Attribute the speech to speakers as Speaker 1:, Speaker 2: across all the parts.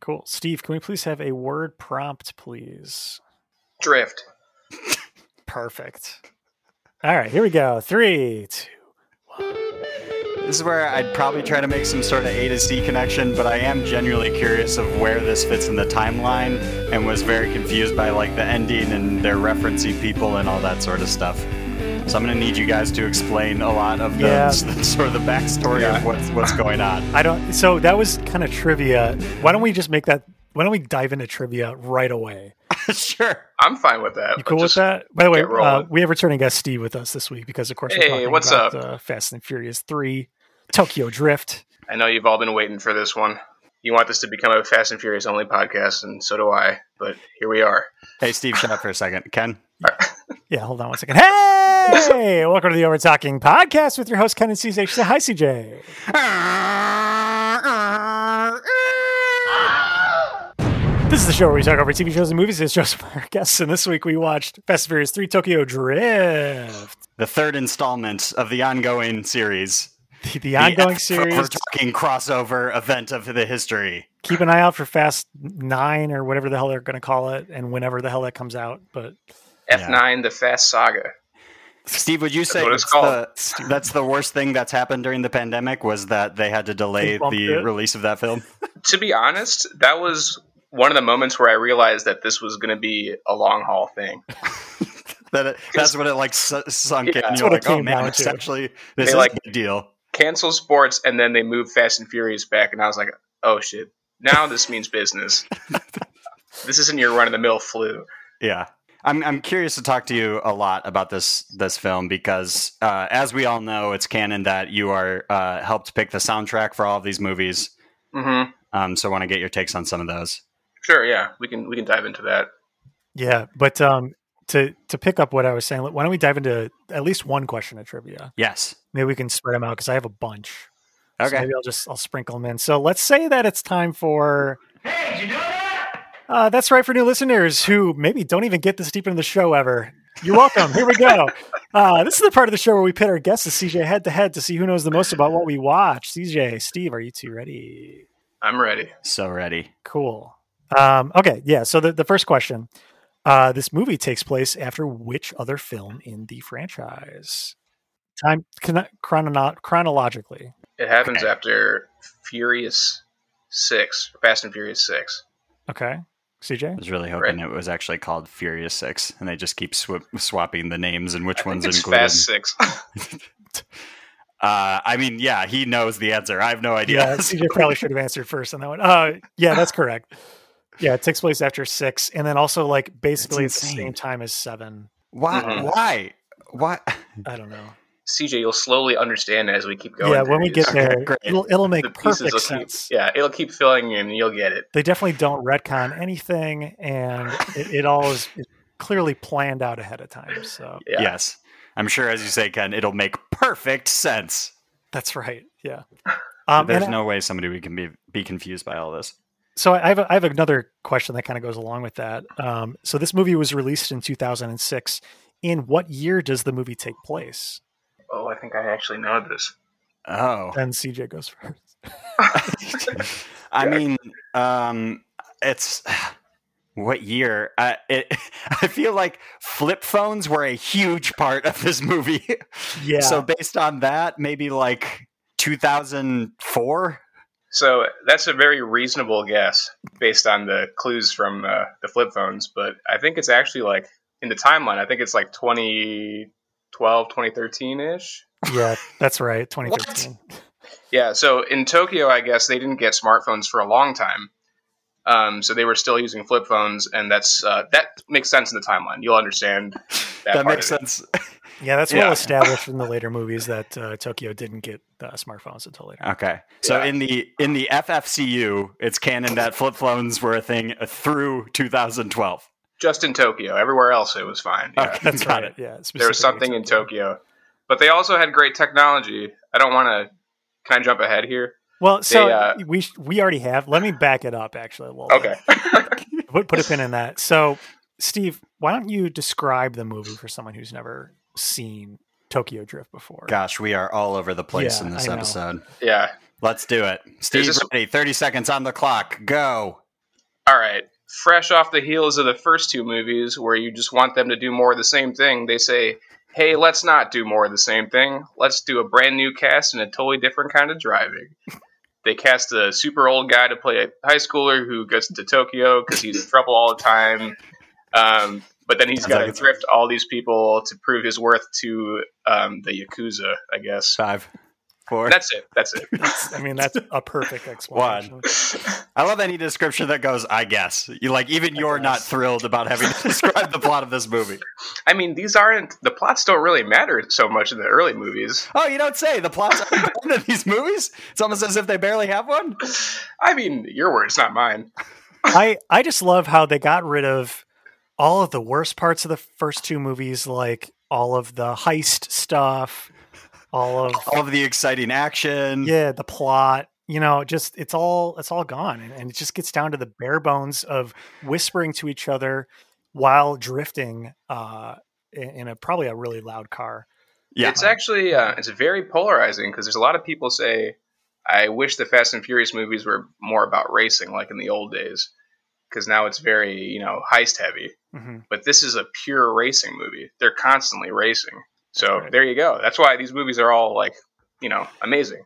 Speaker 1: Cool. Steve, can we please have a word prompt, please?
Speaker 2: Drift.
Speaker 1: Perfect. All right, here we go. Three, two.
Speaker 3: This is where I'd probably try to make some sort of A to Z connection, but I am genuinely curious of where this fits in the timeline and was very confused by like the ending and their referencing people and all that sort of stuff. So I'm gonna need you guys to explain a lot of the
Speaker 1: Yeah.
Speaker 3: sort of the backstory
Speaker 2: Yeah.
Speaker 3: of what's what's going on.
Speaker 1: I don't. So that was kind of trivia. Why don't we just make that? Why don't we dive into trivia right away?
Speaker 3: sure.
Speaker 2: I'm fine with that.
Speaker 1: You cool with
Speaker 2: Just-
Speaker 1: that? By the way,
Speaker 2: get
Speaker 1: uh,
Speaker 2: rolling.
Speaker 1: we have returning guest Steve with us this week because, of course,
Speaker 2: Hey,
Speaker 1: we're talking
Speaker 2: what's
Speaker 1: about
Speaker 2: up?
Speaker 1: Uh, Fast and Furious Three, Tokyo Drift.
Speaker 2: I know you've all been waiting for this one. You want this to become a Fast and Furious only podcast, and so do I. But here we are.
Speaker 3: Hey Steve, shut up for a second. Ken?
Speaker 1: Yeah, hold on one second. Hey, welcome to the Over Talking Podcast with your host Ken and CJ. Say hi, CJ. This is the show where we talk over TV shows and movies. It's Joseph and our guests, and this week we watched Fast and Furious Three, Tokyo Drift,
Speaker 3: The third installment of the ongoing series.
Speaker 1: the, the ongoing
Speaker 3: We're
Speaker 1: series.
Speaker 3: talking crossover event of the history.
Speaker 1: Keep an eye out for Fast Nine or whatever the hell they're going to call it, and whenever the hell that comes out. But
Speaker 2: F9, the Fast Saga.
Speaker 3: Steve, would you say
Speaker 2: what it's
Speaker 3: that's the, that's the worst thing that's happened during the pandemic was that they had to delay
Speaker 1: They bumped
Speaker 3: the
Speaker 1: it.
Speaker 3: release of that film?
Speaker 2: To be honest, that was one of the moments where I realized that this was going to be a long haul thing.
Speaker 3: that it, that's what it like su- sunk
Speaker 2: Yeah.
Speaker 3: in. And
Speaker 2: That's
Speaker 3: you're
Speaker 1: what it
Speaker 3: like, oh
Speaker 1: came
Speaker 3: man,
Speaker 1: down
Speaker 3: it's
Speaker 1: to.
Speaker 3: actually this
Speaker 2: They,
Speaker 3: is
Speaker 2: like-
Speaker 3: a big deal.
Speaker 2: Cancel sports, and then they move Fast and Furious back, and I was like, oh shit, now this means business. this isn't your run of the mill flu.
Speaker 3: Yeah. I'm I'm curious to talk to you a lot about this this film because uh, as we all know, it's canon that you are uh, helped pick the soundtrack for all of these movies.
Speaker 2: Mm-hmm.
Speaker 3: Um, so I want to get your takes on some of those.
Speaker 2: Sure, yeah, we can we can dive into that.
Speaker 1: yeah, but um, to to pick up what I was saying, why don't we dive into at least one question of trivia?
Speaker 3: Yes.
Speaker 1: Maybe we can spread them out because I have a bunch. So
Speaker 3: Okay.
Speaker 1: maybe I'll just I'll sprinkle them in. So let's say that it's time for. Hey, did you know that? Uh, that's right for new listeners who maybe don't even get this deep into the show ever. You're welcome. Here we go. Uh, this is the part of the show where we pit our guests, CJ, head to head to see who knows the most about what we watch. CJ, Steve, are you two ready?
Speaker 2: I'm ready.
Speaker 3: So ready.
Speaker 1: Cool. Um, okay, yeah. So the, the first question: uh, This movie takes place after which other film in the franchise? Time chrono- chrono- chronologically.
Speaker 2: It happens
Speaker 3: Okay.
Speaker 2: after Furious Six, Fast and Furious Six.
Speaker 1: Okay, CJ.
Speaker 3: I was really hoping it was actually called Furious Six, and they just keep sw- swapping the names and which
Speaker 2: I think
Speaker 3: ones
Speaker 2: it's
Speaker 3: included.
Speaker 2: Fast Six.
Speaker 3: Uh, I mean, yeah, he knows the answer. I have no
Speaker 1: Yeah,
Speaker 3: idea.
Speaker 1: CJ Uh, probably should have answered first on that one. Uh, yeah, that's correct. Yeah, it takes place after six, and then also like basically at the
Speaker 3: insane.
Speaker 1: same time as seven.
Speaker 3: why?
Speaker 2: Mhm.
Speaker 3: Why? Why?
Speaker 1: I don't know.
Speaker 2: CJ, you'll slowly understand as we keep going.
Speaker 1: yeah, when we
Speaker 2: through these.
Speaker 1: get there,
Speaker 3: great.
Speaker 1: it'll, it'll make
Speaker 2: The pieces
Speaker 1: perfect
Speaker 2: will keep-
Speaker 1: sense.
Speaker 2: yeah, it'll keep filling in. and You'll get it.
Speaker 1: They definitely don't retcon anything, and it, it all is is clearly planned out ahead of time. So
Speaker 2: Yeah.
Speaker 3: Yes, I'm sure, as you say, Ken, it'll make perfect sense.
Speaker 1: that's right. Yeah. Um,
Speaker 3: There's
Speaker 1: and
Speaker 3: no way somebody we can be be confused by all this.
Speaker 1: so I have, a, I have another question that kind of goes along with that. Um, so this movie was released in 2006. In what year does the movie take place?
Speaker 2: Oh, I think I actually know this.
Speaker 3: Oh,
Speaker 1: Then CJ goes first.
Speaker 3: I mean, um, it's what year? I it, I feel like flip phones were a huge part of this movie.
Speaker 1: Yeah.
Speaker 3: So based on that, maybe like 2004.
Speaker 2: So that's a very reasonable guess based on the clues from uh, the flip phones. But I think it's actually like in the timeline. I think it's like 2012, 2013 ish.
Speaker 1: yeah, that's right. 2013.
Speaker 2: Yeah. So in Tokyo, I guess they didn't get smartphones for a long time. Um, so they were still using flip phones, and that's uh, that makes sense in the timeline. You'll understand that,
Speaker 3: That
Speaker 2: part
Speaker 3: makes
Speaker 2: of it.
Speaker 3: sense.
Speaker 1: Yeah, that's
Speaker 3: Yeah.
Speaker 1: well established in the later movies that uh, Tokyo didn't get uh, smartphones until later.
Speaker 3: Okay. So
Speaker 2: Yeah.
Speaker 3: in the in the FFCU, it's canon that flip phones were a thing through 2012.
Speaker 2: Just in Tokyo. Everywhere else, it was fine. Yeah.
Speaker 3: Okay,
Speaker 1: That's
Speaker 3: got
Speaker 1: right.
Speaker 3: it.
Speaker 1: Yeah,
Speaker 2: there was something in Tokyo, but they also had great technology. I don't want to. Can I jump ahead here?
Speaker 1: Well, so
Speaker 2: They, uh,
Speaker 1: we sh- we already have. Let me back it up actually a little. bit.
Speaker 2: Okay.
Speaker 1: Put put a pin in that. So, Steve, why don't you describe the movie for someone who's never seen Tokyo Drift before?
Speaker 3: Gosh, we are all over the place
Speaker 1: Yeah,
Speaker 3: in this
Speaker 1: I know.
Speaker 3: episode.
Speaker 2: yeah.
Speaker 3: Let's do it. Steve,
Speaker 2: this-
Speaker 3: ready? 30 seconds on the clock. Go.
Speaker 2: all right, fresh off the heels of the first two movies where you just want them to do more of the same thing, they say, hey, let's not do more of the same thing. Let's do a brand new cast and a totally different kind of driving. They cast a super old guy to play a high schooler who goes to Tokyo because he's in trouble all the time. Um, but then he's
Speaker 3: Sounds
Speaker 2: got
Speaker 3: like
Speaker 2: to
Speaker 3: it's-
Speaker 2: thrift all these people to prove his worth to um, the Yakuza, I guess.
Speaker 3: Five, four.
Speaker 2: That's it. That's it.
Speaker 1: I mean, that's a perfect explanation.
Speaker 3: I love any description that goes, I guess. You, like, even you're not
Speaker 1: guess.
Speaker 3: thrilled about having to describe the plot of this movie.
Speaker 2: I mean, these aren't the plots don't really matter so much in the early movies.
Speaker 3: Oh, you don't say the plots of these movies? It's almost as if they barely have one.
Speaker 2: I mean, your words, not mine.
Speaker 1: I I just love how they got rid of all of the worst parts of the first two movies, like all of the heist stuff, all of
Speaker 2: Um,
Speaker 3: All of the exciting action.
Speaker 1: yeah, the plot. You know, just it's all it's all gone, and, and it just gets down to the bare bones of whispering to each other while drifting uh, in in a probably a really loud car.
Speaker 3: Yeah.
Speaker 2: It's actually uh, it's very polarizing because there's a lot of people say, "I wish the Fast and Furious movies were more about racing, like in the old days," because now it's very you know heist heavy.
Speaker 1: hmm
Speaker 2: But this is a pure racing movie. They're constantly racing. So
Speaker 1: right.
Speaker 2: there you go. That's why these movies are all like you know amazing.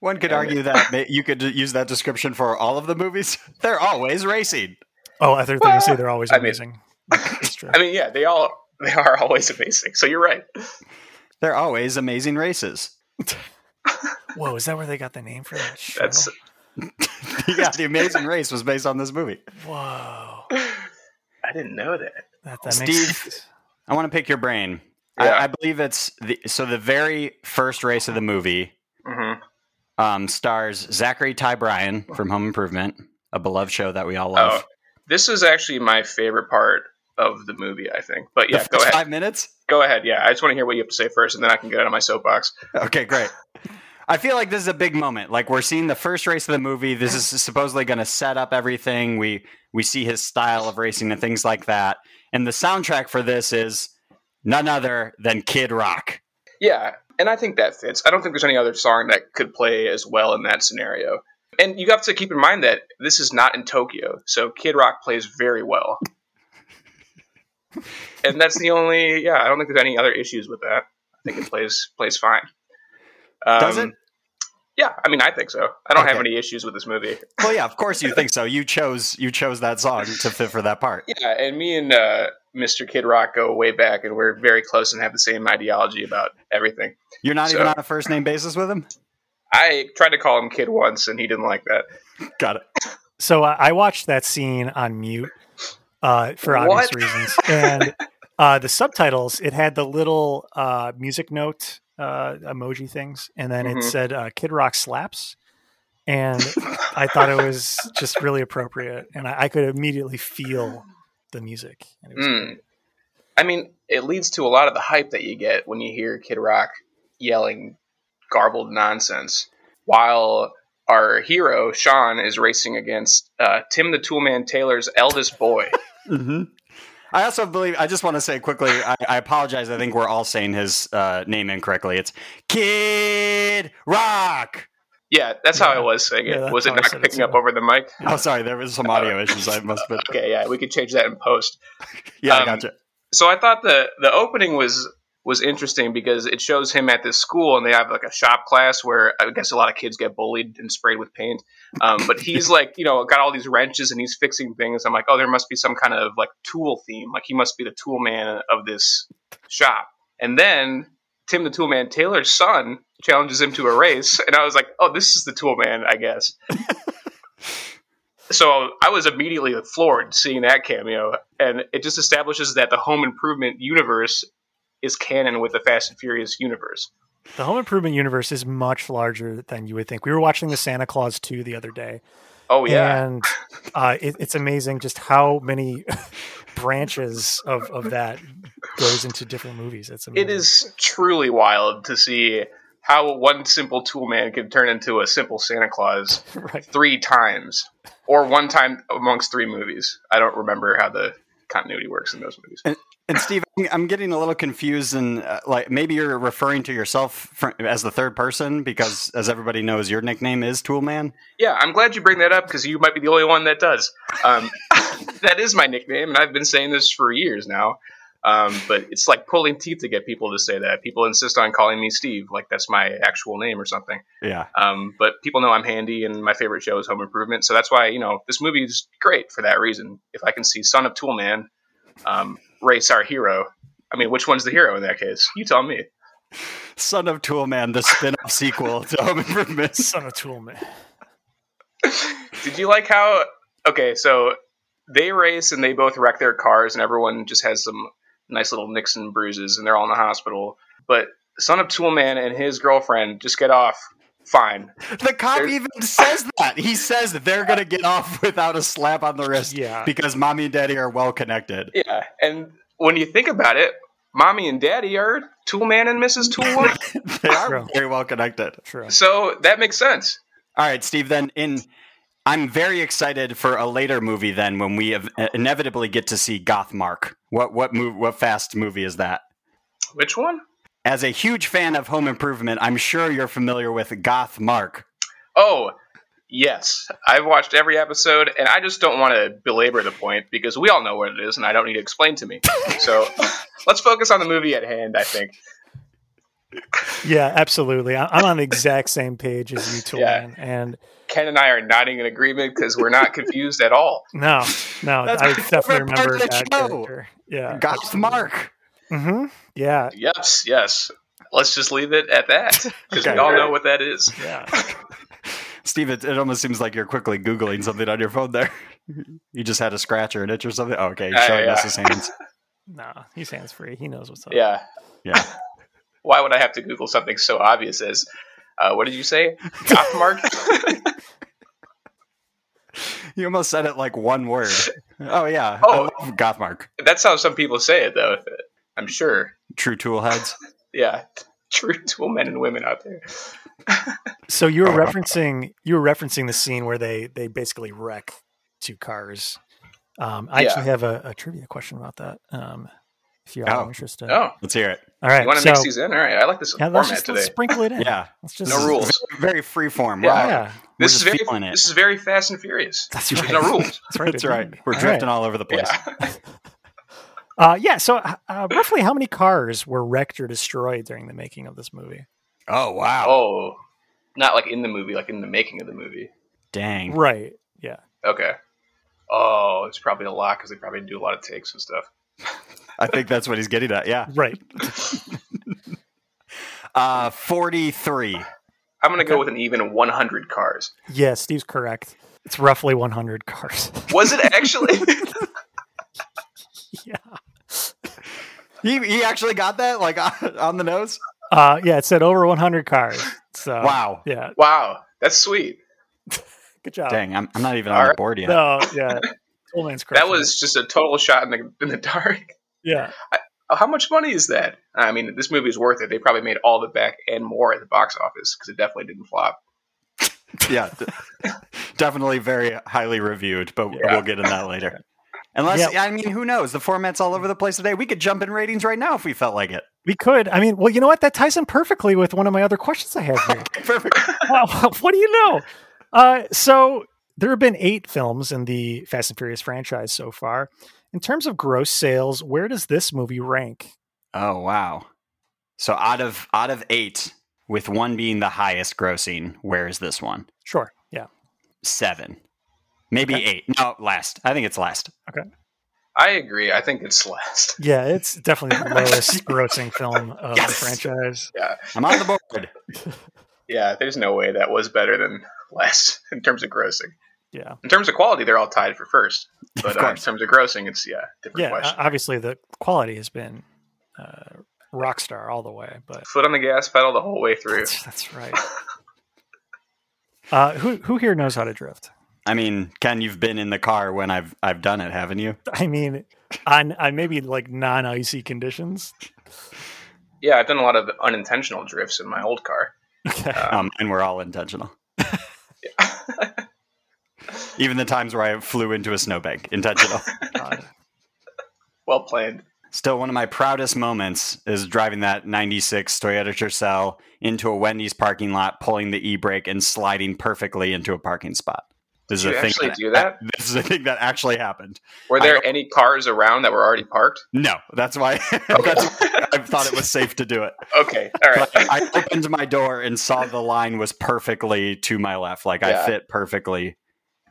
Speaker 3: One could
Speaker 2: And-
Speaker 3: argue that ma- you could use that description for all of the movies. They're always racing.
Speaker 1: Oh, other things say they're always
Speaker 2: I mean-
Speaker 1: amazing. That's true.
Speaker 2: I mean, yeah, they all they are always amazing. So you're right.
Speaker 3: They're always amazing races.
Speaker 1: Whoa, is that where they got the name for that? Show?
Speaker 2: That's
Speaker 3: yeah, the Amazing Race was based on this movie.
Speaker 1: whoa.
Speaker 2: I didn't know that.
Speaker 1: That, that
Speaker 3: Steve-
Speaker 1: makes sense.
Speaker 3: I want to pick your brain.
Speaker 2: Yeah.
Speaker 3: I, I believe it's the so the very first race of the movie
Speaker 2: Mm-hmm.
Speaker 3: um, stars Zachary Ty Bryan from Home Improvement, a beloved show that we all
Speaker 2: Oh,
Speaker 3: love.
Speaker 2: this is actually my favorite part of the movie. I think. But yeah,
Speaker 3: the
Speaker 2: go
Speaker 3: first
Speaker 2: ahead.
Speaker 3: Five minutes.
Speaker 2: Go ahead. Yeah, I just want to hear what you have to say first, and then I can get out of my soapbox.
Speaker 3: Okay, great. I feel like this is a big moment. Like we're seeing the first race of the movie. This is supposedly going to set up everything. We we see his style of racing and things like that. And the soundtrack for this is none other than Kid Rock.
Speaker 2: Yeah, and I think that fits. I don't think there's any other song that could play as well in that scenario. And you have to keep in mind that this is not in Tokyo, so Kid Rock plays very well. and that's the only. Yeah, I don't think there's any other issues with that. I think it plays plays fine. Um,
Speaker 3: Does it?
Speaker 2: Yeah, I mean, I think so. I don't have
Speaker 3: Okay.
Speaker 2: any issues with this movie.
Speaker 3: Well, yeah, of course you think so. You chose you chose that song to fit for that part.
Speaker 2: Yeah, and me and uh, Mr. Kid Rock go way back, and we're very close and have the same ideology about everything.
Speaker 3: You're not even
Speaker 2: So-
Speaker 3: on a first name basis with him.
Speaker 2: I tried to call him kid once, and he didn't like that.
Speaker 3: Got it.
Speaker 1: So uh, I, I watched that scene on mute uh, for obvious
Speaker 2: What?
Speaker 1: reasons, and uh, the subtitles it had the little uh, music note uh, emoji things, and then
Speaker 2: Mhm.
Speaker 1: it said uh, "Kid Rock slaps," and I thought it was just really appropriate, and I, I could immediately feel the music. And it was
Speaker 2: Mm. I mean, it leads to a lot of the hype that you get when you hear Kid Rock yelling garbled nonsense, while our hero Sean is racing against uh, Tim the Toolman Taylor's eldest boy.
Speaker 3: hmm I also believe. I just want to say quickly. I, I apologize. I think we're all saying his uh, name incorrectly. It's Kid Rock.
Speaker 2: yeah, that's how I was saying it.
Speaker 1: Yeah, that's
Speaker 2: was it
Speaker 1: how I
Speaker 2: not
Speaker 1: said it
Speaker 2: picking
Speaker 1: too.
Speaker 2: up over the mic?
Speaker 3: Oh, sorry, there was some audio issues. I must have been.
Speaker 2: Okay, yeah, we could change that in post.
Speaker 3: Yeah, I
Speaker 2: Um,
Speaker 3: gotcha.
Speaker 2: so I thought the the opening was was interesting because it shows him at this school and they have like a shop class where I guess a lot of kids get bullied and sprayed with paint. Um, but he's like, you know, got all these wrenches and he's fixing things. I'm like, oh, there must be some kind of like tool theme. Like he must be the tool man of this shop. And then Tim the tool man Taylor's son challenges him to a race. And I was like, oh, this is the tool man, I guess. So I was immediately floored seeing that cameo, and it just establishes that the Home Improvement universe is canon with the Fast and Furious universe.
Speaker 1: The Home Improvement universe is much larger than you would think. We were watching the Santa Claus 2 the other day,
Speaker 2: Oh yeah,
Speaker 1: and uh, it, it's amazing just how many branches of, of that goes into different movies. It's amazing.
Speaker 2: it is truly wild to see how one simple tool man can turn into a simple Santa Claus
Speaker 1: right.
Speaker 2: three times, or one time amongst three movies. I don't remember how the continuity works in those movies.
Speaker 3: And Steve, I'm- I'm getting a little confused, and uh, like maybe you're referring to yourself fr- as the third person because, as everybody knows, your nickname is Toolman.
Speaker 2: Yeah, I'm glad you bring that up because you might be the only one that does. Um, that is my nickname, and I've been saying this for years now. Um, but it's like pulling teeth to get people to say that. People insist on calling me Steve, like that's my actual name or something.
Speaker 3: Yeah,
Speaker 2: Um, but people know I'm handy, and my favorite show is Home Improvement, so that's why you know this movie is great for that reason. If I can see Son of Toolman um, race our hero, I mean, which one's the hero in that case? You tell me.
Speaker 3: Son of Toolman, the spin-off sequel to Home Improvement.
Speaker 1: Son of Tool Man.
Speaker 2: Did you like how? Okay, so they race and they both wreck their cars, and everyone just has some nice little nicks and bruises, and they're all in the hospital. But Son of Toolman and his girlfriend just get off fine.
Speaker 3: The cop
Speaker 2: There's-
Speaker 3: even says that. He says that they're gonna get off without a slap on the wrist
Speaker 1: Yeah.
Speaker 3: because mommy and daddy are well connected.
Speaker 2: Yeah, and when you think about it, mommy and daddy are Toolman and Mrs. Toolman,
Speaker 3: They are
Speaker 1: True.
Speaker 3: very well connected.
Speaker 1: True.
Speaker 2: so that makes sense.
Speaker 3: All right, Steve. Then in, I'm very excited for a later movie. Then when we ev- e-, inevitably get to see Gothmark, what what move what fast movie is that?
Speaker 2: Which one?
Speaker 3: As a huge fan of Home Improvement, I'm sure you're familiar with Gothmark.
Speaker 2: Oh, yes, I've watched every episode, and I just don't want to belabor the point because we all know what it is, and I don't need to explain to me. So let's focus on the movie at hand. I think.
Speaker 1: Yeah, absolutely. I- I'm on the exact same page as you, Tool
Speaker 2: Yeah.
Speaker 1: Man. And
Speaker 2: Ken and I are nodding in agreement because we're not confused at all.
Speaker 1: no, no,
Speaker 3: That's
Speaker 1: I
Speaker 3: my
Speaker 1: definitely
Speaker 3: favorite part
Speaker 1: remember
Speaker 3: of the
Speaker 1: that
Speaker 3: show.
Speaker 1: character.
Speaker 2: Uh,
Speaker 1: Yeah.
Speaker 3: Gothmark.
Speaker 1: Mm-hmm. Yeah.
Speaker 2: Yes, yes. Let's just leave it at that because
Speaker 3: Okay.
Speaker 2: we all know what that is.
Speaker 1: Yeah.
Speaker 3: Steve, it, it almost seems like you're quickly googling something on your phone. There, you just had a scratch or an itch or something. Oh, okay, he's
Speaker 2: Uh,
Speaker 3: showing us
Speaker 2: yeah.
Speaker 3: his hands.
Speaker 1: No, he's hands free. He knows what's up.
Speaker 2: Yeah.
Speaker 3: Yeah.
Speaker 2: Why would I have to Google something so obvious as uh, what did you say? Gothmark?
Speaker 3: You almost said it like one word. Oh yeah.
Speaker 2: Oh.
Speaker 3: I love Gothmark.
Speaker 2: That's how some people say it, though. I'm sure.
Speaker 3: True tool heads.
Speaker 2: Yeah. True tool men and women out there.
Speaker 1: So you
Speaker 3: Oh,
Speaker 1: were referencing you were referencing the scene where they they basically wreck two cars. Um, I
Speaker 2: Yeah.
Speaker 1: actually have a, a trivia question about that. Um, if you're
Speaker 3: Oh.
Speaker 1: all interested.
Speaker 2: Oh,
Speaker 3: Let's hear it.
Speaker 1: All right.
Speaker 2: you want to
Speaker 1: so,
Speaker 2: mix these in? All right. I like this
Speaker 1: yeah, let's
Speaker 2: format
Speaker 1: just
Speaker 2: today.
Speaker 1: let's sprinkle it in.
Speaker 3: Yeah.
Speaker 1: Let's just,
Speaker 2: No rules.
Speaker 3: Very free form.
Speaker 2: Yeah.
Speaker 3: Wow.
Speaker 1: Yeah.
Speaker 3: We're
Speaker 2: This is
Speaker 3: just
Speaker 2: very
Speaker 3: feeling it.
Speaker 2: this is very fast and furious.
Speaker 1: That's
Speaker 2: There's
Speaker 1: right.
Speaker 2: no rules.
Speaker 1: That's right.
Speaker 3: That's right. We're
Speaker 1: All
Speaker 3: drifting all over the place.
Speaker 2: Yeah.
Speaker 1: Uh, yeah. So, uh, uh, roughly how many cars were wrecked or destroyed during the making of this movie?
Speaker 3: Oh wow.
Speaker 2: Oh. Not like in the movie, like in the making of the movie.
Speaker 3: Dang.
Speaker 1: Right. Yeah.
Speaker 2: Okay. Oh, it's probably a lot because they probably do a lot of takes and stuff.
Speaker 3: I think that's what he's getting at. Yeah.
Speaker 1: Right.
Speaker 3: Uh, forty-three.
Speaker 2: I'm gonna go with an even 100 cars.
Speaker 1: Yeah. Steve's correct. It's roughly 100 cars.
Speaker 2: Was it actually?
Speaker 1: yeah.
Speaker 3: He he actually got that like on, on the nose.
Speaker 1: Uh, yeah. It said over 100 cars. So,
Speaker 3: wow.
Speaker 1: Uh, Yeah.
Speaker 2: wow, that's sweet.
Speaker 1: Good job.
Speaker 3: Dang. I'm, I'm not even on
Speaker 2: All
Speaker 3: the
Speaker 2: right.
Speaker 3: board yet.
Speaker 1: No, yeah. Toolman's correct.
Speaker 2: That was just a total shot in the in the dark.
Speaker 1: yeah.
Speaker 2: Oh, How much money is that? I mean, this movie is worth it. They probably made all the back and more at the box office because it definitely didn't flop.
Speaker 3: Yeah. d- Definitely very highly reviewed, but
Speaker 2: Yeah.
Speaker 3: we'll get in that later. Unless I mean, who knows? The format's all over the place today. We could jump in ratings right now if we felt like it.
Speaker 1: We could. I mean, well, you know what? That ties in perfectly with one of my other questions I have here.
Speaker 3: Perfect.
Speaker 1: Wow, what do you know? Uh, so there have been eight films in the Fast and Furious franchise so far. In terms of gross sales, where does this movie rank?
Speaker 3: Oh wow. So out of out of eight, with one being the highest grossing, where is this one?
Speaker 1: Sure. Yeah.
Speaker 3: Seven. Maybe eight. No, last. I think it's last.
Speaker 2: I agree. I think it's last.
Speaker 1: Yeah, it's definitely the lowest grossing film of the
Speaker 3: Yes.
Speaker 1: franchise.
Speaker 3: I'm on the board.
Speaker 2: Yeah, there's no way that was better than last in terms of grossing.
Speaker 1: Yeah.
Speaker 2: In terms of quality, they're all tied for first. But uh, in
Speaker 3: course.
Speaker 2: terms of grossing, it's yeah, different
Speaker 1: Yeah.
Speaker 2: question.
Speaker 1: o- Obviously, the quality has been uh, rock star all the way,
Speaker 3: uh,
Speaker 1: but
Speaker 2: Foot on the gas pedal the whole way through.
Speaker 1: that's, that's right. Uh, who who here knows how to drift?
Speaker 3: I mean, Ken, you've been in the car when I've I've done it, haven't you?
Speaker 1: I mean, on on maybe like non icy conditions.
Speaker 2: Yeah, I've done a lot of unintentional drifts in my old car.
Speaker 1: Okay.
Speaker 3: Um, and we're all intentional. Even the times where I flew into a snowbank, intentional.
Speaker 1: God. Uh,
Speaker 2: Well planned.
Speaker 3: Still, one of my proudest moments is driving that 96 Toyota Tercel into a Wendy's parking lot, pulling the e brake, and sliding perfectly into a parking spot. This
Speaker 2: Did you
Speaker 3: is a thing
Speaker 2: actually do that?
Speaker 3: This is a thing that actually happened.
Speaker 2: Were
Speaker 3: I
Speaker 2: there
Speaker 3: don't-
Speaker 2: any cars around that were already parked?
Speaker 3: No, that's why, that's why I thought it was safe to do it.
Speaker 2: Okay, all right.
Speaker 3: But I opened my door and saw the line was perfectly to my left. Like I
Speaker 2: Yeah.
Speaker 3: fit perfectly,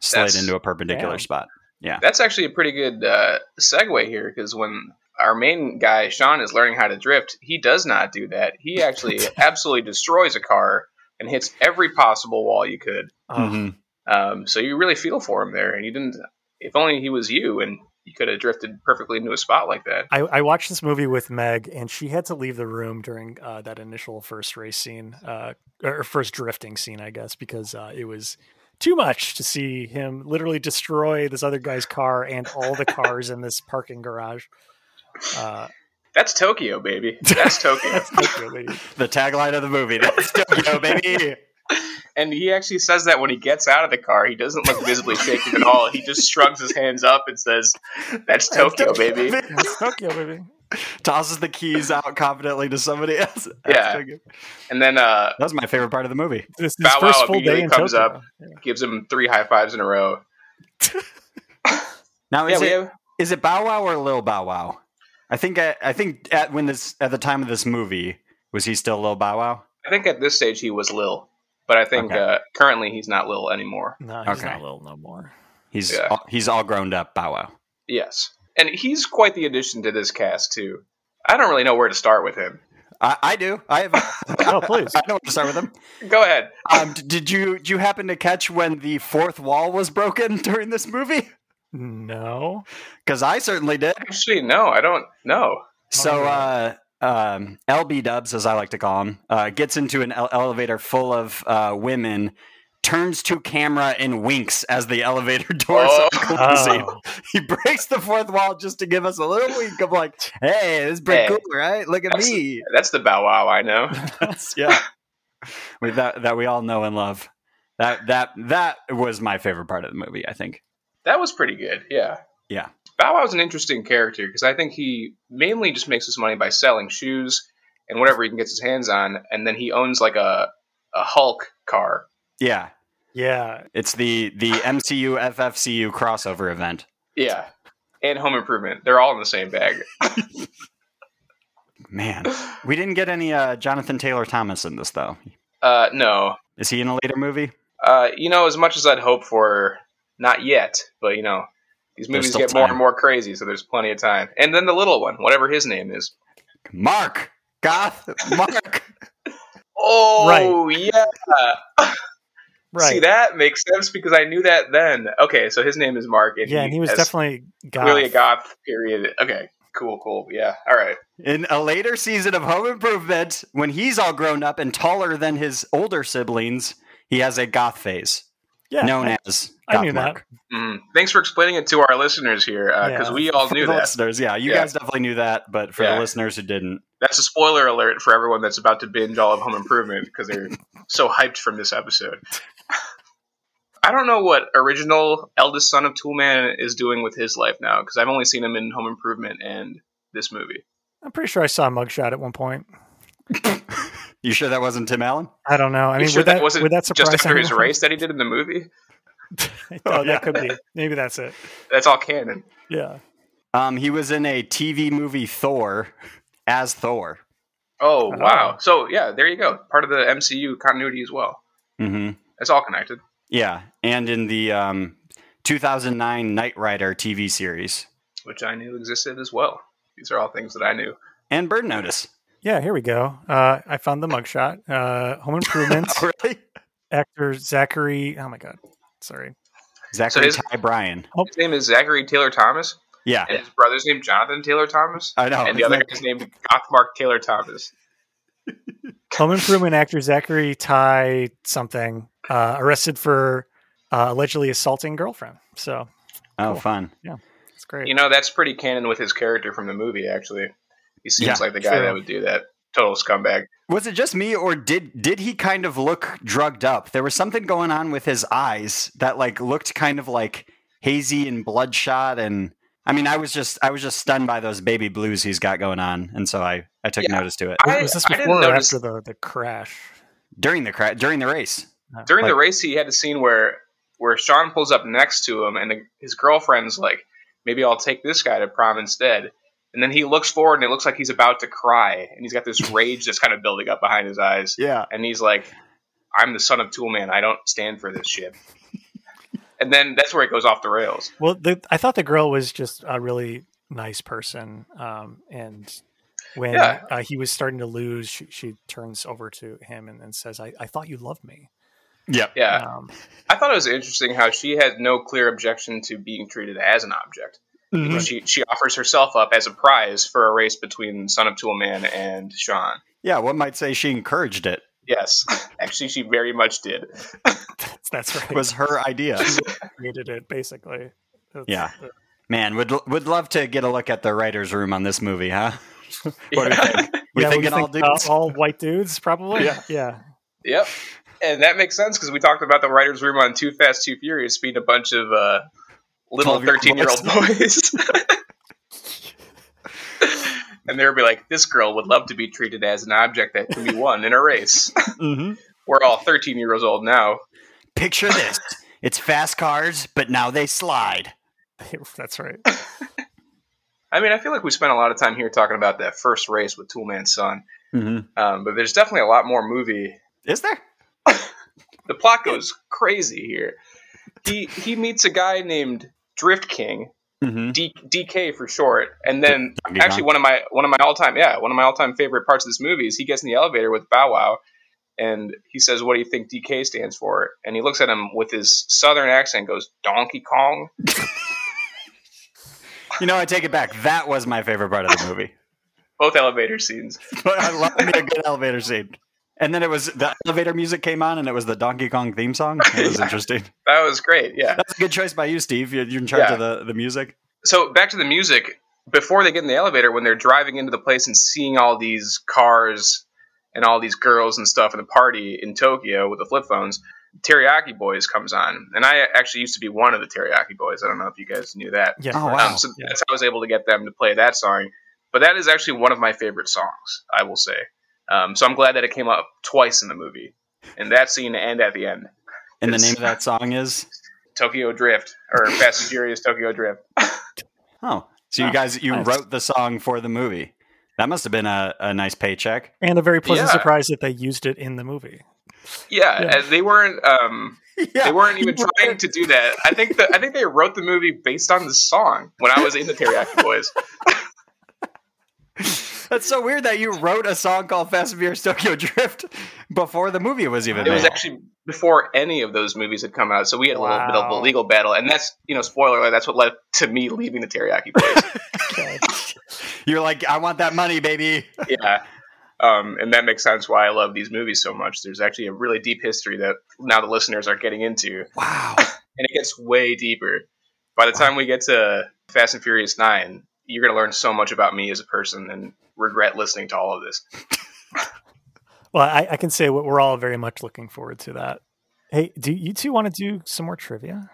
Speaker 3: slid
Speaker 2: That's-
Speaker 3: into a perpendicular
Speaker 1: Damn.
Speaker 3: spot.
Speaker 2: That's actually a pretty good uh, segue here because when our main guy Sean is learning how to drift, he does not do that. He actually absolutely destroys a car and hits every possible wall you could.
Speaker 1: Oh,
Speaker 3: Mhm.
Speaker 2: Um, so you really feel for him there, and you didn't. If only he was you, and you could have drifted perfectly into a spot like that.
Speaker 1: I, I watched this movie with Meg, and she had to leave the room during uh, that initial first race scene, uh, or first drifting scene, I guess, because uh, it was too much to see him literally destroy this other guy's car and all the cars in this parking garage. Uh,
Speaker 2: That's Tokyo, baby. That's Tokyo.
Speaker 1: that's not really-
Speaker 3: The tagline of the movie: "That's Tokyo, Oh, baby."
Speaker 2: and he actually says that when he gets out of the car, he doesn't look visibly shaken at all. He just shrugs his hands up and says, "That's Tokyo, Oh, baby."
Speaker 1: That's Tokyo, baby.
Speaker 3: Tosses the keys out confidently to somebody else. That's
Speaker 2: Yeah.
Speaker 3: Tokyo.
Speaker 2: And then uh,
Speaker 3: that was my favorite part of the movie.
Speaker 1: This, this
Speaker 2: Bow Wow
Speaker 1: first full day
Speaker 2: immediately
Speaker 1: in
Speaker 2: comes
Speaker 1: Tokyo.
Speaker 2: up. gives him three high fives in a row.
Speaker 3: Now,
Speaker 2: Yeah,
Speaker 3: is
Speaker 2: we
Speaker 3: it
Speaker 2: have,
Speaker 3: is it Bow Wow or Lil Bow Wow? I think uh, I, I think at when this at the time of this movie was he still Lil Bow Wow?
Speaker 2: I think at this stage he was Lil, but I think
Speaker 3: Okay.
Speaker 2: uh, currently he's not Lil anymore.
Speaker 1: No, he's
Speaker 3: Okay.
Speaker 1: not little no more.
Speaker 3: He's
Speaker 2: Yeah.
Speaker 3: all, he's all grown up Bow Wow.
Speaker 2: Yes, and he's quite the addition to this cast too. I don't really know where to start with him.
Speaker 3: I, I do. I have.
Speaker 1: Oh, please.
Speaker 3: I know where to start with him.
Speaker 2: Go ahead.
Speaker 3: Um, d- did you did you happen to catch when the fourth wall was broken during this movie?
Speaker 1: No.
Speaker 3: Because I certainly did.
Speaker 2: Actually, no, I don't know. Oh,
Speaker 3: So uh, um, LB Dubs, as I like to call him, uh, gets into an ele- elevator full of uh, women, turns to camera and winks as the elevator doors
Speaker 2: Oh.
Speaker 3: are closing.
Speaker 1: Oh.
Speaker 3: He breaks the fourth wall just to give us a little wink of like, "Hey, this is pretty
Speaker 2: Hey.
Speaker 3: cool, right? Look at
Speaker 2: That's-
Speaker 3: me."
Speaker 2: That's the Bow Wow I know.
Speaker 3: That's- yeah, With that that we all know and love. That that that was my favorite part of the movie. I think.
Speaker 2: That was pretty good. Yeah.
Speaker 3: Yeah.
Speaker 2: Bow Wow's an interesting character because I think he mainly just makes his money by selling shoes and whatever he can get his hands on, and then he owns like a a Hulk car.
Speaker 3: Yeah,
Speaker 1: Yeah.
Speaker 3: It's the the MCU FFCU crossover event.
Speaker 2: Yeah. And Home Improvement. They're all in the same bag.
Speaker 3: Man, we didn't get any uh, Jonathan Taylor Thomas in this though.
Speaker 2: Uh, no.
Speaker 3: Is he in a later movie?
Speaker 2: Uh, you know, as much as I'd hope for, not yet, but you know, these
Speaker 3: There's
Speaker 2: movies
Speaker 3: still
Speaker 2: get more
Speaker 3: time.
Speaker 2: and more crazy, so there's plenty of time. And then the little one, whatever his name is.
Speaker 3: Mark Goth Mark.
Speaker 2: Oh, yeah.
Speaker 1: Right.
Speaker 2: See, that makes sense because I knew that then. Okay, so his name is Mark. And
Speaker 1: yeah, and he was
Speaker 2: has
Speaker 1: definitely goth.
Speaker 2: clearly a goth, period. Okay, cool, cool. Yeah, all right.
Speaker 3: in a later season of Home Improvement, when he's all grown up and taller than his older siblings, he has a goth phase
Speaker 1: Yeah.
Speaker 3: known
Speaker 1: I-
Speaker 3: as
Speaker 1: I
Speaker 3: Goth
Speaker 1: knew that.
Speaker 3: Mark.
Speaker 2: Mm. Thanks for explaining it to our listeners here because
Speaker 1: Yeah.
Speaker 2: we all
Speaker 3: For
Speaker 2: knew
Speaker 3: the
Speaker 2: that.
Speaker 3: listeners, yeah, you
Speaker 2: Yeah.
Speaker 3: guys definitely knew that, but for
Speaker 2: Yeah.
Speaker 3: the listeners who didn't,
Speaker 2: That's a spoiler alert for everyone that's about to binge all of Home Improvement because they're so hyped from this episode. I don't know what original eldest son of Toolman is doing with his life now because I've only seen him in Home Improvement and this movie.
Speaker 1: I'm pretty sure I saw a mugshot at one point.
Speaker 3: you sure that wasn't Tim Allen?
Speaker 1: I don't know. I
Speaker 2: You
Speaker 1: mean,
Speaker 2: sure
Speaker 1: would
Speaker 2: that
Speaker 1: that,
Speaker 2: wasn't
Speaker 1: would that surprise
Speaker 2: Just after his
Speaker 1: anyone?
Speaker 2: race that he did in the movie,
Speaker 1: oh, that could be. Maybe that's it.
Speaker 2: that's all canon.
Speaker 1: Yeah.
Speaker 3: Um, he was in a TV movie Thor as Thor.
Speaker 2: Oh
Speaker 1: Oh.
Speaker 2: wow! So yeah, there you go. Part of the MCU continuity as well.
Speaker 3: Mm-hmm.
Speaker 2: It's all connected.
Speaker 3: Yeah, and in the um, 2009 Knight Rider TV series
Speaker 2: which I knew existed as well. These are all things that I knew.
Speaker 3: and Bird Notice.
Speaker 1: Yeah, here we go. Uh, I found the mugshot. Uh, Home Improvement
Speaker 3: Oh, really?
Speaker 1: actor Zachary. Oh my god, sorry.
Speaker 3: Zachary
Speaker 2: his-
Speaker 3: Ty Bryan.
Speaker 2: His name is Zachary Taylor Thomas,
Speaker 3: Yeah,
Speaker 2: and his brother's named Jonathan Taylor Thomas,
Speaker 3: I know.
Speaker 2: and the other guy's named Gothmark Taylor Thomas.
Speaker 1: Home Improvement actor Zachary Ty something uh, arrested for uh, allegedly assaulting girlfriend. So
Speaker 3: oh,
Speaker 1: cool.
Speaker 3: fun.
Speaker 1: it's great.
Speaker 2: You know, that's pretty canon with his character from the movie. Actually, he seems
Speaker 3: Yeah,
Speaker 2: like the guy
Speaker 1: true.
Speaker 2: that would do that. Total scumbag.
Speaker 3: Was it just me, or did did he kind of look drugged up? There was something going on with his eyes that like looked kind of like hazy and bloodshot, and I mean, I was just I was just stunned by those baby blues he's got going on, and so I I took
Speaker 2: Yeah.
Speaker 3: notice to it
Speaker 2: I-
Speaker 1: was this
Speaker 2: I didn't
Speaker 1: before or
Speaker 2: notice-
Speaker 1: after the, the crash?
Speaker 3: during the cra- during the race.
Speaker 2: During the
Speaker 3: Like-
Speaker 2: race, he had a scene where where Sean pulls up next to him, and the, his girlfriend's like, "Maybe I'll take this guy to prom instead." And then he looks forward, and it looks like he's about to cry, and he's got this rage that's kind of building up behind his eyes,
Speaker 3: Yeah,
Speaker 2: and he's like, "I'm the son of Toolman. I don't stand for this shit." and then that's where it goes off the rails.
Speaker 1: Well, the, I thought the girl was just a really nice person, um, and when
Speaker 2: Yeah.
Speaker 1: uh, he was starting to lose, she, she turns over to him and, and says, I, "I thought you loved me."
Speaker 3: yeah,
Speaker 2: Yeah,
Speaker 1: Um,
Speaker 2: I thought it was interesting how she had no clear objection to being treated as an object.
Speaker 3: Mm-hmm.
Speaker 1: Mhm.
Speaker 2: She she offers herself up as a prize for a race between Son of Toolman and Sean.
Speaker 3: yeah. One might say she encouraged it.
Speaker 2: Yes, actually, she very much did.
Speaker 1: that's, that's right.
Speaker 3: It was her idea.
Speaker 1: created it basically. That's- uh,
Speaker 3: Yeah. Man, would would love to get a look at the writers' room on this movie, huh? What do you think? uh, We
Speaker 1: Yeah, what
Speaker 3: thinking
Speaker 1: do you
Speaker 3: all
Speaker 1: think about
Speaker 3: dudes?
Speaker 1: all white dudes, probably.
Speaker 3: Yeah.
Speaker 1: yeah.
Speaker 2: yep, and that makes sense because we talked about the writers' room on Too Fast, Too Furious being a bunch of uh, little
Speaker 3: 12-year-old
Speaker 2: thirteen-year-old boys. And they'd be like, "This girl would love to be treated as an object that can be won in a race."
Speaker 3: mm-hmm.
Speaker 2: We're all thirteen years old now.
Speaker 3: Picture this: it's fast cars, but now they slide.
Speaker 1: That's right.
Speaker 2: I mean, I feel like we spent a lot of time here talking about that first race with Toolman's son,
Speaker 3: Mm-hmm.
Speaker 2: um, but there's definitely a lot more movie
Speaker 3: Is there?
Speaker 2: the plot goes crazy here. He he meets a guy named Drift King,
Speaker 3: Mm-hmm.
Speaker 2: D, DK for short, and then
Speaker 3: Donkey
Speaker 2: actually
Speaker 3: Kong.
Speaker 2: one of my one of my all time yeah one of my all time favorite parts of this movie is he gets in the elevator with Bow Wow, and he says, "What do you think DK stands for?" And he looks at him with his southern accent, and goes Donkey Kong.
Speaker 3: You know, I take it back. That was my favorite part of the movie.
Speaker 2: Both elevator scenes.
Speaker 3: but I love me a good elevator scene. And then it was the elevator music came on, and it was the Donkey Kong theme song. It was interesting.
Speaker 2: That was great. Yeah.
Speaker 3: That's a good choice by you, Steve. You're, you're in charge
Speaker 2: Yeah.
Speaker 3: of the, the music.
Speaker 2: so back to the music before they get in the elevator when they're driving into the place and seeing all these cars and all these girls and stuff in the party in tokyo with the flip phones teriyaki boys comes on and i actually used to be one of the teriyaki boys i don't know if you guys knew that
Speaker 1: Yeah.
Speaker 3: Oh,
Speaker 1: right.
Speaker 3: wow.
Speaker 2: um, so
Speaker 1: Yeah.
Speaker 2: that's how i was able to get them to play that song but that is actually one of my favorite songs i will say um, so i'm glad that it came up twice in the movie and that scene and at the end
Speaker 3: And the
Speaker 2: It's-
Speaker 3: name of that song is
Speaker 2: tokyo drift or fast and furious tokyo drift
Speaker 3: oh. So
Speaker 1: Oh,
Speaker 3: you guys you
Speaker 1: nice.
Speaker 3: wrote the song for the movie. That must have been a, a nice paycheck.
Speaker 1: And a very pleasant
Speaker 2: Yeah.
Speaker 1: surprise that they used it in the movie.
Speaker 2: yeah,
Speaker 1: Yeah.
Speaker 2: and they weren't um,
Speaker 3: Yeah.
Speaker 2: They weren't even trying to do that. I think the, I think they wrote the movie based on the song when I was in the Teriyaki Boys.
Speaker 3: That's so weird that you wrote a song called Fast and Furious Tokyo Drift before the movie was even
Speaker 2: It was
Speaker 3: made.
Speaker 2: actually before any of those movies had come out, so we had a little bit of a
Speaker 1: Wow.
Speaker 2: legal battle, and that's you know spoiler alert, that's what led to me leaving the Teriyaki Boys.
Speaker 1: Okay.
Speaker 3: You're like, I want that money, baby.
Speaker 2: yeah. Um, and that makes sense why I love these movies so much. There's actually a really deep history that now the listeners are getting into,
Speaker 3: Wow.
Speaker 2: and it gets way deeper. By the time we get to Fast and Furious Nine, you're going to learn so much about me as a person and regret listening to all of this.
Speaker 1: Well, I, I can say what we're all very much looking forward to that. Hey, do you two want to do some more trivia?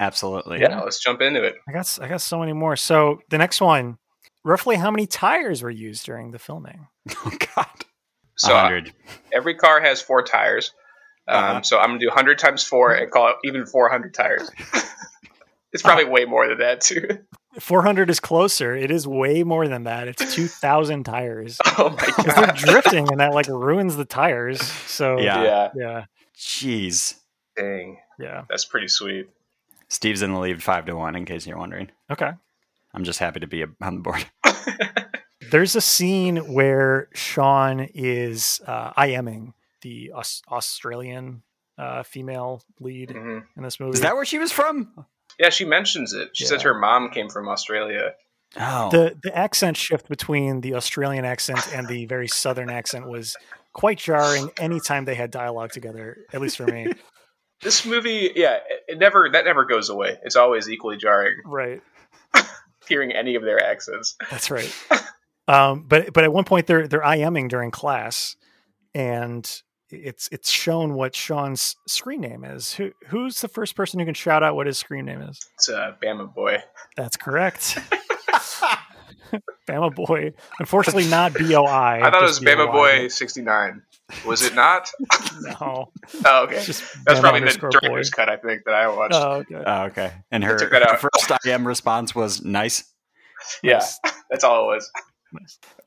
Speaker 3: Absolutely.
Speaker 2: Yeah, let's jump into it.
Speaker 1: I got s- I got so many more. So the next one, roughly how many tires were used during the filming?
Speaker 3: Oh God.
Speaker 2: So uh,
Speaker 3: 100.
Speaker 2: every car has four tires. Um,
Speaker 3: Uh-huh.
Speaker 2: So I'm gonna do 100 times four and call it even 400 tires. it's probably way more than that too.
Speaker 1: Four hundred is closer. It is way more than that. It's two thousand tires.
Speaker 2: oh my
Speaker 1: 'Cause they're
Speaker 2: god!
Speaker 1: drifting, and that like ruins the tires. So
Speaker 3: Yeah.
Speaker 2: Yeah,
Speaker 1: yeah,
Speaker 3: Jeez.
Speaker 2: dang,
Speaker 1: yeah.
Speaker 2: that's pretty sweet.
Speaker 3: Steve's in the lead five to one, in case you're wondering.
Speaker 1: Okay.
Speaker 3: I'm just happy to be on the board.
Speaker 1: There's a scene where Sean is uh, IMing the Aus- Australian uh, female lead
Speaker 2: hmm
Speaker 1: in this movie.
Speaker 3: Mm-hmm. Is that where she was from?
Speaker 2: Yeah, she mentions it. She says
Speaker 1: Yeah.
Speaker 2: her mom came from Australia.
Speaker 3: Oh,
Speaker 1: the the accent shift between the Australian accent and the very southern accent was quite jarring anytime they had dialogue together, at least for me.
Speaker 2: This movie, yeah, it, it never that never goes away. It's always equally jarring
Speaker 1: right.
Speaker 2: hearing any of their accents.
Speaker 1: That's right. Um, but but at one point they're they're IMing during class and it's it's shown what Sean's screen name is. Who who's the first person who can shout out what his screen name is?
Speaker 2: It's uh, Bama Boy.
Speaker 1: That's correct. Bama Boy. Unfortunately, not B O I.
Speaker 2: I thought it was Bama Boy 69. Was it not?
Speaker 1: No,
Speaker 2: Oh, okay.
Speaker 1: it's just
Speaker 2: That's
Speaker 1: Bama
Speaker 2: probably the Uh,
Speaker 1: underscore
Speaker 2: director's
Speaker 1: Boy.
Speaker 2: cut, I think, that I watched.
Speaker 1: Oh, okay.
Speaker 3: Oh, okay. And her
Speaker 2: took that out.
Speaker 3: her first IM response was nice.
Speaker 2: yeah, that's all it was.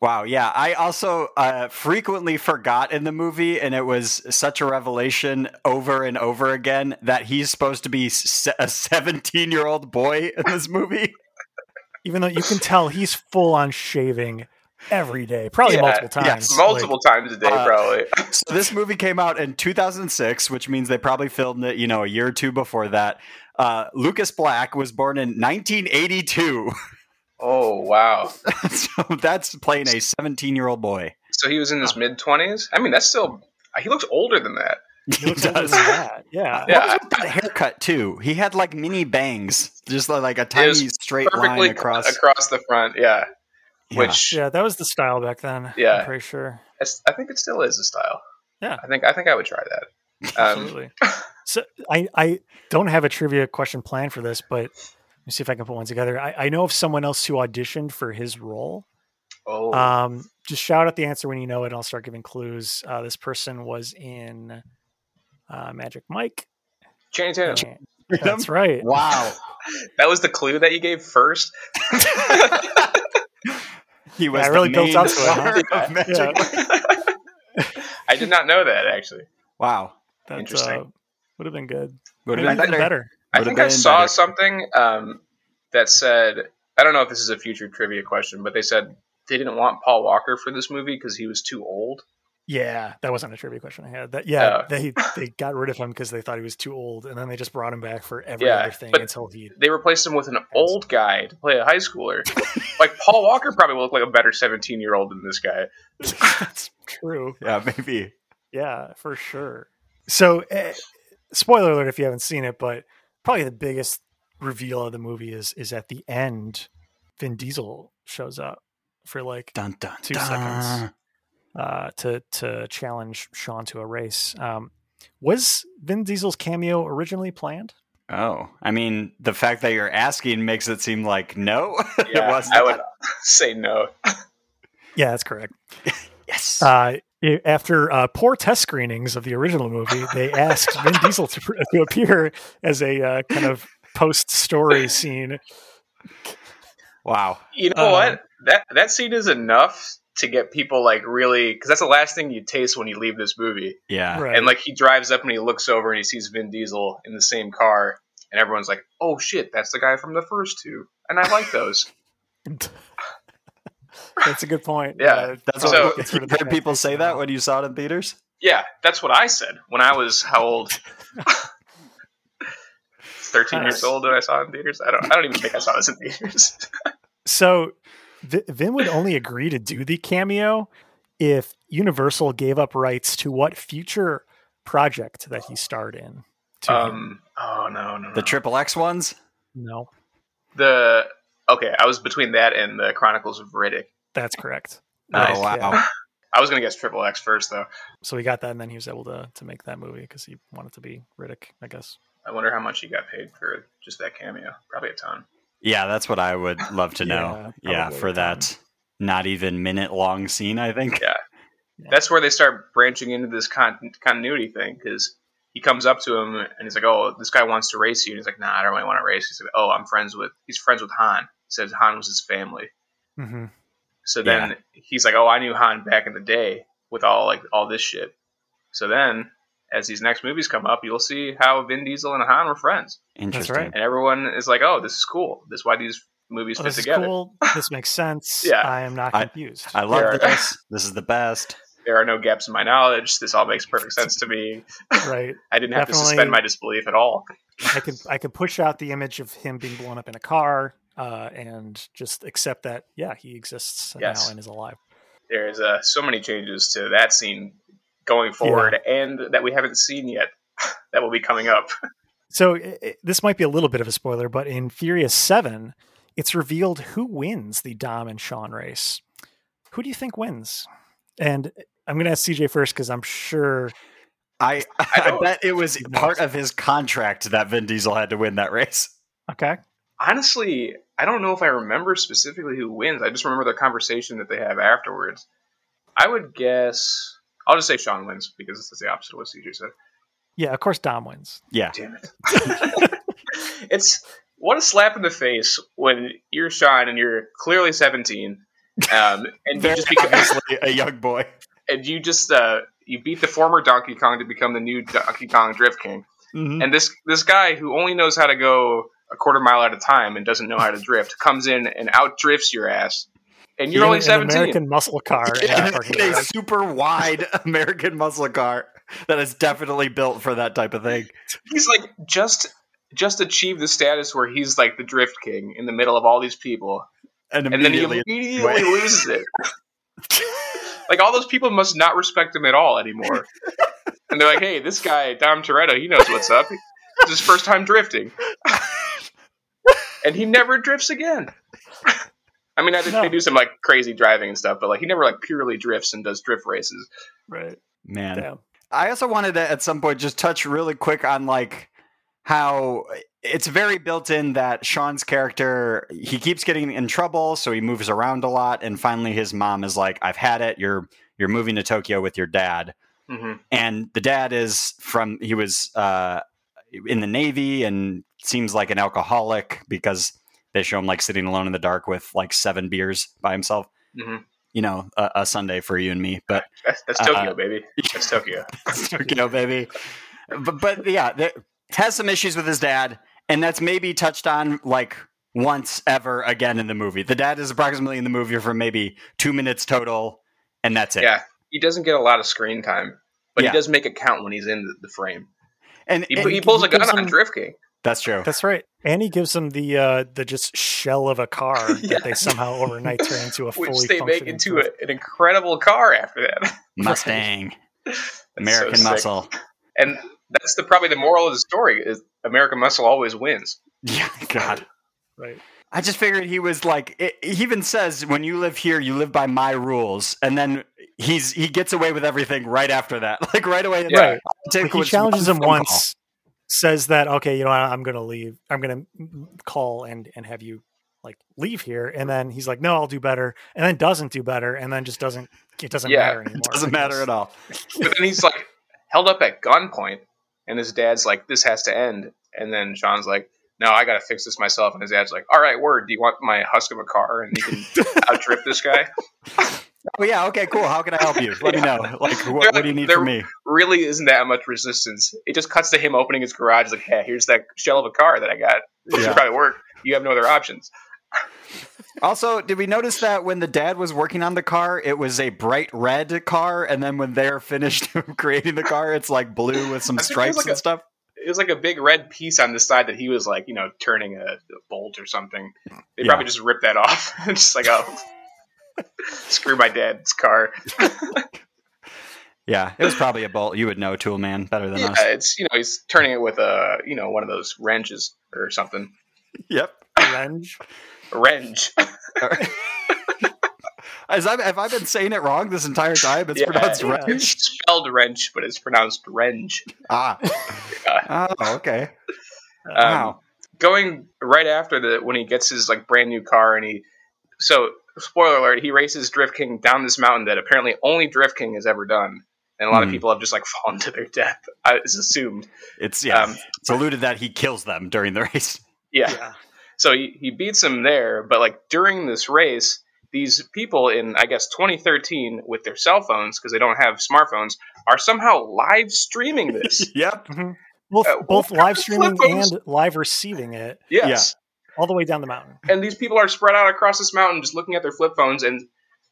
Speaker 3: Wow. Yeah. I also uh, frequently forgot in the movie, and it was such a revelation over and over again that he's supposed to be se- a 17 year old boy in this movie.
Speaker 1: Even though you can tell he's full on shaving every day, probably
Speaker 2: Yeah,
Speaker 1: multiple times.
Speaker 3: yes,
Speaker 2: Multiple times a day,
Speaker 3: Uh,
Speaker 2: probably.
Speaker 3: So this movie came out in 2006, which means they probably filmed it, you know, a year or two before that. Uh, Lucas Black was born in 1982.
Speaker 2: Oh, wow.
Speaker 3: so that's playing a 17 year old boy.
Speaker 2: So he was in his
Speaker 3: uh,
Speaker 2: mid 20s? I mean, that's still. He looks older than that.
Speaker 1: He looks older than that. Yeah.
Speaker 2: Yeah,
Speaker 3: What was with that haircut too? He had like mini bangs, just like, like a
Speaker 2: was
Speaker 3: tiny straight line
Speaker 2: Perfectly
Speaker 3: across.
Speaker 2: the front, yeah.
Speaker 3: Yeah.
Speaker 2: Which
Speaker 1: Yeah, that was the style back then.
Speaker 2: Yeah.
Speaker 1: I'm pretty sure.
Speaker 2: it's- I think it still is a style.
Speaker 1: Yeah.
Speaker 2: I think I think I would try that. Um,
Speaker 1: Absolutely. so I, I don't have a trivia question planned for this, but let me see if I can put one together. I, I know of someone else who auditioned for his role.
Speaker 2: oh,
Speaker 1: Um, just shout out the answer when you know it, and I'll start giving clues. Uh, this person was in uh, Magic Mike.
Speaker 2: Channing Tatum.
Speaker 1: That's right.
Speaker 3: Wow,
Speaker 2: That was the clue that you gave first.
Speaker 3: he was
Speaker 1: I
Speaker 3: the
Speaker 1: really
Speaker 3: main
Speaker 1: built up to it,
Speaker 3: star
Speaker 2: huh?
Speaker 3: of Magic
Speaker 1: Yeah.
Speaker 3: Mike.
Speaker 2: I did not know that actually.
Speaker 3: Wow,
Speaker 1: That's,
Speaker 2: Interesting.
Speaker 1: uh, would have been good.
Speaker 3: would
Speaker 1: Maybe
Speaker 3: have been
Speaker 1: even
Speaker 3: better.
Speaker 1: better.
Speaker 2: I
Speaker 3: Would've
Speaker 2: think I
Speaker 3: been
Speaker 2: saw
Speaker 3: better.
Speaker 2: something um, that said I don't know if this is a future trivia question, but they said they didn't want Paul Walker for this movie because he was too old.
Speaker 1: Yeah, that wasn't a trivia question I had. That yeah,
Speaker 2: Oh.
Speaker 1: they they got rid of him because they thought he was too old, and then they just brought him back for every
Speaker 2: Yeah,
Speaker 1: other thing
Speaker 2: but-
Speaker 1: until he.
Speaker 2: They replaced him with an old guy to play a high schooler. like Paul Walker probably looked like a better seventeen-year-old than this guy.
Speaker 1: That's true.
Speaker 3: Yeah, maybe.
Speaker 1: Yeah, for sure. So, eh, spoiler alert if you haven't seen it, but probably the biggest reveal of the movie is is at the end, Vin Diesel shows up for like
Speaker 3: Dun dun.
Speaker 1: Two
Speaker 3: dun.
Speaker 1: seconds. uh, to to challenge Sean to a race. Um, was Vin Diesel's cameo originally planned?
Speaker 3: Oh, I mean, the fact that you're asking makes it seem like no,
Speaker 2: Yeah,
Speaker 3: it was
Speaker 2: I
Speaker 3: not.
Speaker 2: would say no.
Speaker 1: Yeah, that's correct.
Speaker 3: yes.
Speaker 1: Uh, i- after uh, poor test screenings of the original movie, they asked Vin Diesel to, to appear as a uh, kind of post story scene.
Speaker 3: wow.
Speaker 2: You know
Speaker 1: Uh,
Speaker 3: Uh-huh.
Speaker 2: what? That that scene is enough to get people like really because that's the last thing you taste when you leave this movie.
Speaker 3: Yeah.
Speaker 1: Right.
Speaker 2: And like he drives up and he looks over and he sees Vin Diesel in the same car, and everyone's like, "Oh shit, that's the guy from the first two, and I like those."
Speaker 1: That's a good point.
Speaker 2: Yeah,
Speaker 3: That's
Speaker 2: So-
Speaker 3: what you heard people say that when you saw it in theaters.
Speaker 2: yeah, that's what I said when I was how old? Thirteen years
Speaker 1: Nice.
Speaker 2: old when I saw it in theaters. I don't. I don't even think I saw this in theaters.
Speaker 1: So Vi- Vin would only agree to do the cameo if Universal gave up rights to what future project that he starred in. To him.
Speaker 2: um. Oh no, no, no.
Speaker 3: The triple X ones.
Speaker 1: No,
Speaker 2: the okay. I was between that and the Chronicles of Riddick.
Speaker 1: that's correct.
Speaker 2: Nice.
Speaker 3: Oh wow.
Speaker 1: Yeah.
Speaker 2: I was gonna guess Triple X first though.
Speaker 1: So he got that, and then he was able to to make that movie because he wanted to be Riddick, I guess.
Speaker 2: I wonder how much he got paid for just that cameo. Probably a ton.
Speaker 3: Yeah, that's what I would love to know.
Speaker 1: Yeah,
Speaker 3: Yeah,
Speaker 1: probably
Speaker 3: for
Speaker 1: a
Speaker 3: that not even minute long scene, I think.
Speaker 2: That's where they start branching into this con- continuity thing because he comes up to him and he's like, "Oh, this guy wants to race you." And he's like, "Nah, I don't really want to race." He's like, "Oh, I'm friends with." He's friends with Han. He says Han was his family.
Speaker 1: Mm-hmm.
Speaker 2: So then he's like, "Oh, I knew Han back in the day with all like all this shit." So then, as these next movies come up, you'll see how Vin Diesel and Han were friends,
Speaker 3: Interesting.
Speaker 1: right.
Speaker 2: and everyone is like, "Oh, this is cool. This is why these movies
Speaker 1: Oh,
Speaker 2: fit
Speaker 1: this is
Speaker 2: together.
Speaker 1: cool. This makes sense.
Speaker 2: Yeah.
Speaker 1: I am not
Speaker 3: I-
Speaker 1: confused.
Speaker 3: I love
Speaker 2: Yeah.
Speaker 3: this. This is the best.
Speaker 2: There are no gaps in my knowledge. This all makes perfect sense to me.
Speaker 1: right.
Speaker 2: I didn't have to
Speaker 1: Definitely.
Speaker 2: suspend my disbelief at all."
Speaker 1: I could I could push out the image of him being blown up in a car uh, and just accept that yeah he exists
Speaker 2: Yes.
Speaker 1: now and is alive.
Speaker 2: there's uh, so many changes to that scene going forward and that we haven't seen yet that will be coming up
Speaker 1: So i i this might be a little bit of a spoiler, but in Furious Seven, it's revealed who wins the Dom and Sean race. Who do you think wins? And I'm going to ask CJ first because I'm sure.
Speaker 3: I, I
Speaker 2: don't-
Speaker 3: bet it was
Speaker 1: knows.
Speaker 3: part of his contract that Vin Diesel had to win that race.
Speaker 1: Okay.
Speaker 2: Honestly, I don't know if I remember specifically who wins. I just remember the conversation that they have afterwards. I would guess. I'll just say Sean wins because this is the opposite of what CJ said.
Speaker 1: Yeah, of course Dom wins.
Speaker 3: Yeah.
Speaker 2: Damn it. it's what a slap in the face when you're Sean and you're clearly 17, um, and you
Speaker 3: Very
Speaker 2: just become,
Speaker 3: obviously a young boy.
Speaker 2: and you just uh, you beat the former Donkey Kong to become the new Donkey Kong Drift King.
Speaker 1: Mm-hmm.
Speaker 3: Mhm.
Speaker 2: And this this guy who only knows how to go a quarter mile at a time and doesn't know how to drift comes in and out drifts your ass. And you're
Speaker 1: In
Speaker 2: only
Speaker 1: an
Speaker 2: 17.
Speaker 1: American muscle car. in
Speaker 3: In
Speaker 1: our
Speaker 3: a-
Speaker 1: parking
Speaker 3: in a
Speaker 1: garage.
Speaker 3: super wide American muscle car that is definitely built for that type of thing.
Speaker 2: He's like just just achieved the status where he's like the drift king in the middle of all these people.
Speaker 3: And
Speaker 2: and then he
Speaker 3: immediately,
Speaker 2: immediately loses it. like all those people must not respect him at all anymore. and they're like, "Hey, this guy Dom Toretto, he knows what's up. It's his first time drifting, and he never drifts again." I mean, I think
Speaker 1: No.
Speaker 2: they do some like crazy driving and stuff, but like he never like purely drifts and does drift races.
Speaker 1: Right.
Speaker 3: man,
Speaker 1: Damn.
Speaker 3: I also wanted to at some point just touch really quick on like how it's very built in that Sean's character he keeps getting in trouble, so he moves around a lot, and finally his mom is like, "I've had it. You're you're moving to Tokyo with your dad."
Speaker 2: hmm
Speaker 3: And the dad is from he was uh, in the Navy and seems like an alcoholic because they show him like sitting alone in the dark with like seven beers by himself.
Speaker 2: hmm
Speaker 3: You know, a, a Sunday for you and me, but
Speaker 2: That's, that's
Speaker 3: Uh,
Speaker 2: Tokyo, baby. That's Tokyo.
Speaker 3: Tokyo, baby. But, but yeah, there, has some issues with his dad, and that's maybe touched on like once ever again in the movie. The dad is approximately in the movie for maybe two minutes total, and that's it.
Speaker 2: Yeah, he doesn't get a lot of screen time, but
Speaker 3: Yeah.
Speaker 2: he does make it count when he's in the, the frame.
Speaker 3: And,
Speaker 2: He,
Speaker 3: and-
Speaker 2: he pulls a gun
Speaker 1: gives
Speaker 2: on
Speaker 1: him-
Speaker 2: Drift King.
Speaker 3: that's true.
Speaker 1: That's right. And he gives them the uh, the just shell of a car
Speaker 2: Yeah.
Speaker 1: that they somehow overnight turn into a fully
Speaker 2: which they make
Speaker 1: functioning
Speaker 2: into a, an incredible car after that. That's
Speaker 3: Mustang,
Speaker 2: so
Speaker 3: American
Speaker 2: sick.
Speaker 3: muscle.
Speaker 2: and that's the probably the moral of the story is American muscle always wins.
Speaker 3: Yeah, God.
Speaker 1: right.
Speaker 3: I just figured he was like it, he even says when you live here you live by my rules and then he's he gets away with everything right after that like right away
Speaker 2: Yeah.
Speaker 1: Right. Like, he challenges him once, says that okay, you know, I, I'm going to leave. I'm going to call and and have you like leave here, and then he's like, no, I'll do better, and then doesn't do better, and then just doesn't. It doesn't
Speaker 2: Yeah.
Speaker 1: matter anymore.
Speaker 3: doesn't
Speaker 1: I
Speaker 3: matter
Speaker 1: guess.
Speaker 3: at all
Speaker 2: But then he's like held up at gunpoint, and his dad's like, "This has to end." And then Sean's like, "No, I got to fix this myself." And his dad's like, "All right, word. Do you want my husk of a car and you can outdrift this guy?"
Speaker 3: Oh yeah, okay, cool. How can I help you? Let me know. Like, wh- what, do you need
Speaker 2: They're-
Speaker 3: from me?
Speaker 2: Really, isn't that much resistance? It just cuts to him opening his garage, like, "Yeah, here's that shell of a car that I got. This
Speaker 3: Yeah.
Speaker 2: should probably work. You have no other options."
Speaker 3: Also, did we notice that when the dad was working on the car, it was a bright red car, and then when they're finished creating the car, it's like blue with some
Speaker 2: I think it was
Speaker 3: stripes
Speaker 2: like
Speaker 3: and
Speaker 2: a-
Speaker 3: stuff.
Speaker 2: it was like a big red piece on the side that he was like, you know, turning a, a bolt or something. They
Speaker 3: Yeah.
Speaker 2: probably just ripped that off and just like, oh, screw my dad's car.
Speaker 3: Yeah, it was probably a bolt. You would know, Tool Man, better than
Speaker 2: Yeah,
Speaker 3: us.
Speaker 2: it's you know, he's turning it with a you know one of those wrenches or something.
Speaker 3: Yep.
Speaker 1: Revenge.
Speaker 2: A wrench.
Speaker 3: As I, have I been saying it wrong this entire time? It's
Speaker 2: Yeah,
Speaker 3: pronounced
Speaker 1: yeah.
Speaker 3: red.
Speaker 2: It's spelled wrench, but it's pronounced wrench.
Speaker 3: Ah. Oh, okay.
Speaker 1: Um,
Speaker 3: Wow.
Speaker 2: going right after the when he gets his like brand new car and he so spoiler alert he races drift king down this mountain that apparently only drift king has ever done and a lot
Speaker 3: Mhm.
Speaker 2: of people have just like fallen to their death I- it's assumed
Speaker 3: It's yeah.
Speaker 2: um,
Speaker 3: it's alluded that he kills them during the race.
Speaker 2: yeah,
Speaker 1: yeah.
Speaker 2: so he, he beats him there but like during this race these people in i guess 2013 with their cell phones because they don't have smartphones are somehow live streaming this
Speaker 3: Yep.
Speaker 1: Both,
Speaker 2: Uh,
Speaker 1: both live streaming
Speaker 2: phones.
Speaker 1: and live receiving it
Speaker 2: yes
Speaker 1: all the way down the mountain.
Speaker 2: and these people are spread out across this mountain just looking at their flip phones and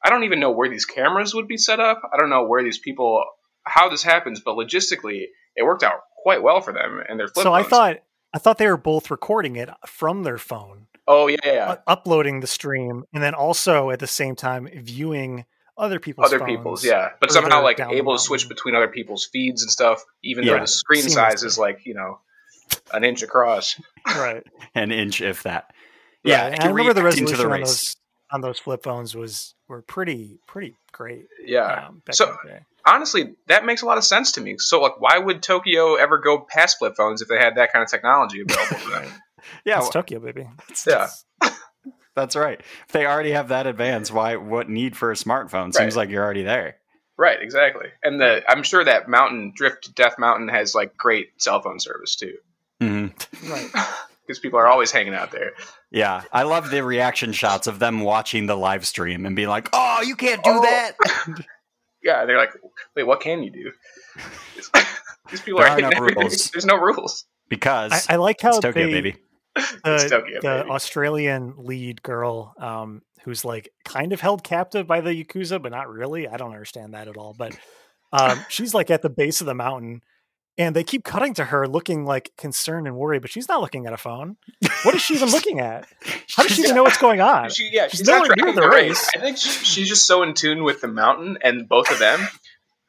Speaker 2: i don't even know where these cameras would be set up i don't know where these people how this happens but logistically it worked out quite well for them and their flip
Speaker 1: so
Speaker 2: phones.
Speaker 1: I thought I thought they were both recording it from their phone.
Speaker 2: oh yeah, yeah, yeah.
Speaker 1: u- uploading the stream and then also at the same time viewing other people's
Speaker 2: other
Speaker 1: phones.
Speaker 2: people's yeah but
Speaker 1: further
Speaker 2: somehow like
Speaker 1: down the
Speaker 2: able to switch
Speaker 1: mountain.
Speaker 2: between other people's feeds and stuff even
Speaker 3: Yeah.
Speaker 2: though the screen
Speaker 1: Seamless.
Speaker 2: size is like you know an inch across
Speaker 1: right.
Speaker 3: An inch, if that.
Speaker 1: Yeah, and I
Speaker 3: you're
Speaker 1: remember the
Speaker 3: reacting to
Speaker 1: resolution on those on those flip phones was were pretty pretty great.
Speaker 2: Yeah.
Speaker 1: um, back
Speaker 2: So-
Speaker 1: in the day.
Speaker 2: Honestly, that makes a lot of sense to me. So, like, why would Tokyo ever go past flip phones if they had that kind of technology available to them?
Speaker 3: Yeah,
Speaker 1: it's Tokyo, baby.
Speaker 2: yeah.
Speaker 3: that's right. If they already have that advance, why what need for a smartphone? Seems like you're already there.
Speaker 2: Right, exactly. And the I'm sure that mountain drift to Death Mountain has like great cell phone service too,
Speaker 3: hmm
Speaker 1: Right.
Speaker 2: because people are always hanging out there.
Speaker 3: Yeah, I love the reaction shots of them watching the live stream and being like, "Oh, you can't do
Speaker 2: Oh.
Speaker 3: that."
Speaker 2: Yeah, they're like, wait, what can you do? These people
Speaker 3: There
Speaker 2: are
Speaker 3: are
Speaker 2: hitting
Speaker 3: no
Speaker 2: everything.
Speaker 3: rules.
Speaker 2: There's no rules.
Speaker 3: Because
Speaker 1: I, I like how
Speaker 3: it's Tokyo,
Speaker 1: they,
Speaker 3: baby.
Speaker 1: the,
Speaker 2: It's Tokyo,
Speaker 1: the
Speaker 2: baby.
Speaker 1: Australian lead girl um, who's like kind of held captive by the Yakuza, but not really. I don't understand that at all. But um, she's like at the base of the mountain and they keep cutting to her looking like concerned and worried, but she's not looking at a phone. What is she even looking at? How does she even know what's going on?
Speaker 2: She, yeah,
Speaker 1: She's
Speaker 2: she's not
Speaker 1: nowhere near
Speaker 2: tracking
Speaker 1: the
Speaker 2: the race.
Speaker 1: race.
Speaker 2: I think she, she's just so in tune with the mountain and both of them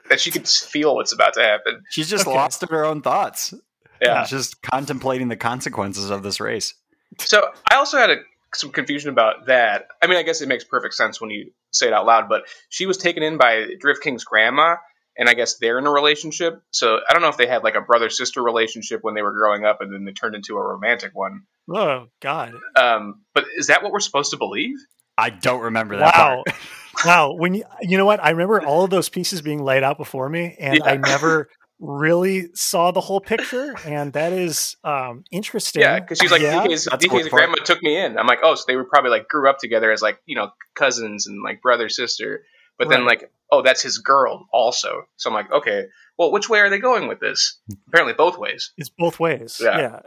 Speaker 2: that she can feel what's about to happen.
Speaker 3: She's just
Speaker 1: Okay.
Speaker 3: lost in her own thoughts.
Speaker 2: Yeah.
Speaker 3: She's just contemplating the consequences of this race.
Speaker 2: So I also had a, some confusion about that. I mean, I guess it makes perfect sense when you say it out loud, but she was taken in by Drift King's grandma, and I guess they're in a relationship. So I don't know if they had like a brother sister relationship when they were growing up, and then they turned into a romantic one.
Speaker 1: Oh, God.
Speaker 2: Um, but is that what we're supposed to believe?
Speaker 3: I don't remember that
Speaker 1: Wow.
Speaker 3: part.
Speaker 1: wow. When you, you know what? I remember all of those pieces being laid out before me, and I
Speaker 2: Yeah.
Speaker 1: never really saw the whole picture. And that is um, interesting.
Speaker 2: Yeah, because she's like
Speaker 1: Yeah.
Speaker 2: DK's,
Speaker 3: That's the
Speaker 2: DK's
Speaker 3: worst part.
Speaker 2: grandma took me in. I'm like, oh, so they were probably like grew up together as like you know cousins and like brother sister. But then
Speaker 1: Right.
Speaker 2: like, oh, that's his girl also. So I'm like, okay, well, which way are they going with this? Apparently, both ways.
Speaker 1: It's both ways. Yeah.
Speaker 2: Yeah.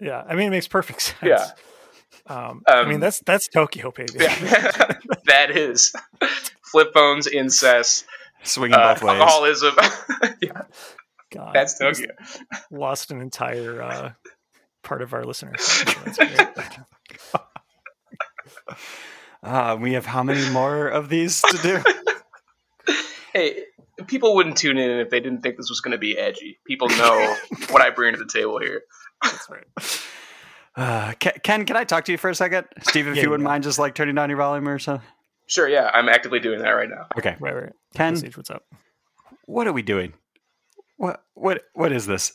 Speaker 1: yeah. I mean, it makes perfect sense.
Speaker 2: Yeah.
Speaker 1: Um, I mean,
Speaker 2: Um,
Speaker 1: that's that's Tokyo, baby.
Speaker 2: Yeah, that is flip phones, incest,
Speaker 3: Swinging
Speaker 2: uh,
Speaker 3: both ways.
Speaker 2: alcoholism. yeah,
Speaker 1: God,
Speaker 2: that's
Speaker 1: we just
Speaker 2: Tokyo.
Speaker 1: Lost an entire uh, part of our listeners. That's great.
Speaker 3: Uh, we have how many more of these to do?
Speaker 2: Hey, people wouldn't tune in if they didn't think this was going to be edgy. People know what I bring to the table here.
Speaker 1: That's right.
Speaker 3: Uh, Ken- Ken, can I talk to you for a second? Steve, if
Speaker 1: Yeah,
Speaker 3: you
Speaker 1: you
Speaker 3: wouldn't
Speaker 1: can.
Speaker 3: mind just like turning down your volume or something.
Speaker 2: Sure, yeah, I'm actively doing that right now.
Speaker 3: Okay.
Speaker 1: Right, right.
Speaker 3: Ken,
Speaker 1: Siege, what's up?
Speaker 3: what are we doing? What what what is this?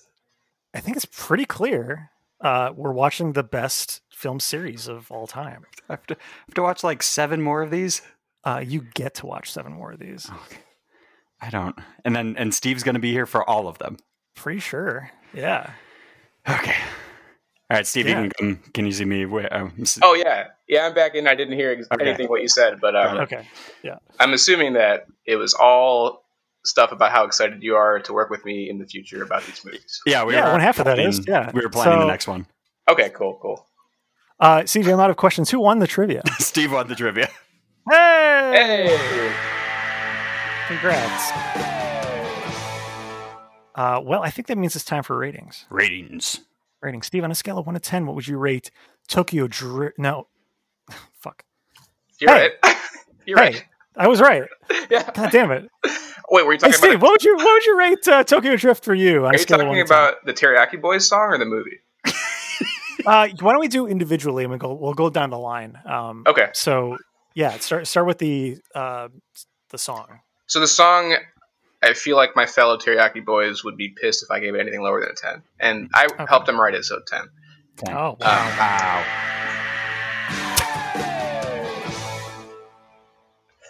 Speaker 1: I think it's pretty clear. Uh, we're watching the best film series of all time.
Speaker 3: I have to, I have to watch like seven more of these?
Speaker 1: Uh, you get to watch seven more of these.
Speaker 3: I don't. And then and Steve's gonna be here for all of them.
Speaker 1: Pretty sure. Yeah.
Speaker 3: Okay. All right, Steve,
Speaker 1: Yeah.
Speaker 3: you can come. Can you see me? Wait, um, s-
Speaker 2: Oh yeah, yeah. I'm back in. I didn't hear ex-
Speaker 3: Okay.
Speaker 2: anything what you said, but um,
Speaker 3: Got it.
Speaker 1: Okay.
Speaker 2: I'm assuming that it was all stuff about how excited you are to work with me in the future about these movies.
Speaker 3: Yeah, we
Speaker 1: yeah.
Speaker 3: were
Speaker 1: One half of that
Speaker 3: planning-
Speaker 1: is. Yeah.
Speaker 3: We were planning the
Speaker 1: So,
Speaker 3: next one.
Speaker 2: Okay, cool, cool.
Speaker 1: Uh, CJ, I'm out of questions. Who won the trivia?
Speaker 3: Steve won the trivia.
Speaker 1: hey!
Speaker 2: Hey,
Speaker 1: Congrats. Uh, well, I think that means it's time for ratings.
Speaker 3: Ratings.
Speaker 1: Rating, Steve, on a scale of one to ten, what would you rate Tokyo Drift? No, fuck.
Speaker 2: you're
Speaker 1: Hey.
Speaker 2: right. you're
Speaker 1: Hey, I was right.
Speaker 2: right. Yeah.
Speaker 1: God damn it.
Speaker 2: Wait, were
Speaker 1: Hey,
Speaker 2: you talking
Speaker 1: Steve,
Speaker 2: about?
Speaker 1: what would you what would you rate uh, Tokyo Drift for you on
Speaker 2: Are
Speaker 1: a
Speaker 2: you
Speaker 1: scale of one
Speaker 2: talking
Speaker 1: to
Speaker 2: about the Teriyaki Boys song or the movie?
Speaker 1: ten? Uh, why don't we do individually and we go we'll go down the line. Um,
Speaker 2: Okay,
Speaker 1: So yeah, start start with the uh, the song.
Speaker 2: so the song. I feel like my fellow Teriyaki Boys would be pissed if I gave it anything lower than a ten, and I helped them write it, so ten.
Speaker 3: Ten.
Speaker 1: Oh, wow.
Speaker 2: Um,
Speaker 3: Wow.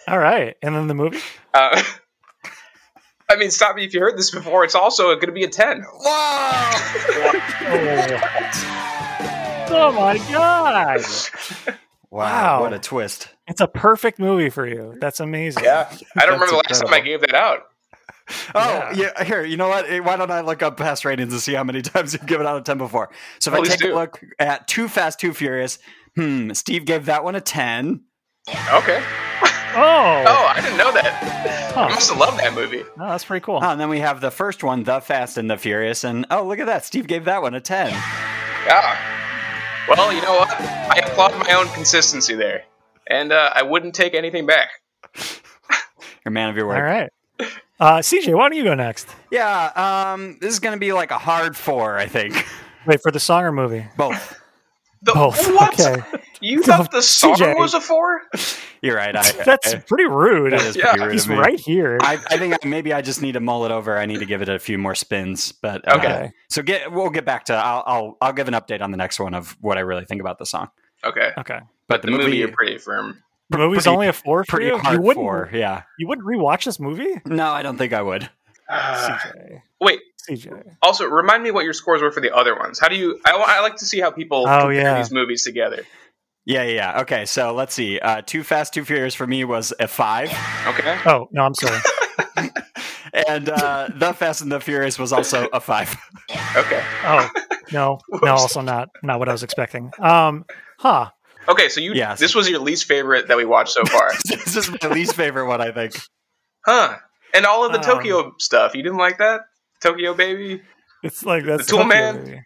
Speaker 1: all right, and then the movie.
Speaker 2: uh, I mean, stop me if you heard this before. It's also going to be a ten.
Speaker 3: Whoa!
Speaker 1: oh my god!
Speaker 3: Wow.
Speaker 1: Wow.
Speaker 3: What a twist.
Speaker 1: It's a perfect movie for you. That's amazing.
Speaker 2: Yeah, I don't
Speaker 3: That's
Speaker 2: remember the last time I
Speaker 3: incredible.
Speaker 2: gave that out.
Speaker 3: Oh,
Speaker 1: Yeah.
Speaker 3: yeah. Here, you know what? Eh, Why don't I look up past ratings and see how many times you've given out of 10 before? So if I
Speaker 2: Please
Speaker 3: take a
Speaker 2: Oh, do.
Speaker 3: look at Too Fast, Too Furious, hmm, Steve gave that one a 10.
Speaker 2: Okay.
Speaker 1: Oh,
Speaker 2: Oh, I didn't know that. I
Speaker 1: huh.
Speaker 2: must have loved that movie.
Speaker 1: No, that's pretty cool.
Speaker 3: Oh, and then we have the first one, The Fast and the Furious. And oh, look at that. Steve gave that one a 10.
Speaker 2: Yeah. Well, you know what? I applaud my own consistency there, and uh, I wouldn't take anything back.
Speaker 3: You're a man of your word.
Speaker 1: All right, uh, CJ, why don't you go next?
Speaker 3: Yeah, um, this is going to be like a hard four, I think.
Speaker 1: Wait for the song or movie.
Speaker 3: Both.
Speaker 2: The,
Speaker 1: Both.
Speaker 2: Oh, What?
Speaker 1: Oh, Okay.
Speaker 2: You thought the song
Speaker 1: CJ.
Speaker 2: was a four?
Speaker 3: You're right. I,
Speaker 1: That's pretty rude.
Speaker 3: that is
Speaker 2: Yeah.
Speaker 3: pretty rude of
Speaker 1: He's
Speaker 3: me.
Speaker 1: right here.
Speaker 3: I, I think I, maybe I just need to mull it over. I need to give it a few more spins. But uh,
Speaker 2: Okay.
Speaker 3: So get we'll get back to I'll, I'll I'll give an update on the next one of what I really think about the song.
Speaker 2: Okay.
Speaker 1: Okay.
Speaker 3: But
Speaker 2: The movie, you're pretty firm.
Speaker 1: The movie's
Speaker 3: pretty-
Speaker 1: only a four for
Speaker 3: pretty
Speaker 1: you.
Speaker 3: hard
Speaker 1: you wouldn't.
Speaker 3: for yeah.
Speaker 1: You wouldn't rewatch this movie,
Speaker 3: No, I don't think I would. Uh.
Speaker 2: Ah.
Speaker 1: CJ.
Speaker 2: wait.
Speaker 1: CJ.
Speaker 2: Also, remind me what your scores were for the other ones. How do you? I, wa- I like to see how people
Speaker 1: Oh,
Speaker 2: compare
Speaker 1: yeah.
Speaker 2: these movies together.
Speaker 3: Yeah, yeah, yeah. Okay, so let's see. Uh, Too Fast, Too Furious for me was a five,
Speaker 2: Okay.
Speaker 1: Oh no, I'm sorry.
Speaker 3: and uh, The Fast and the Furious was also a five.
Speaker 2: Okay.
Speaker 1: Oh no,
Speaker 2: Whoops.
Speaker 1: no, also not not what I was expecting. Um, huh?
Speaker 2: Okay. So you.
Speaker 3: Yes.
Speaker 2: This was your least favorite that we watched so far,
Speaker 3: this is my least favorite one, I think.
Speaker 2: huh? And all of the
Speaker 1: Um,
Speaker 2: Tokyo stuff. You didn't like that? Tokyo Baby.
Speaker 1: It's like that's
Speaker 2: The Tool
Speaker 1: Tokyo
Speaker 2: Man?
Speaker 1: movie.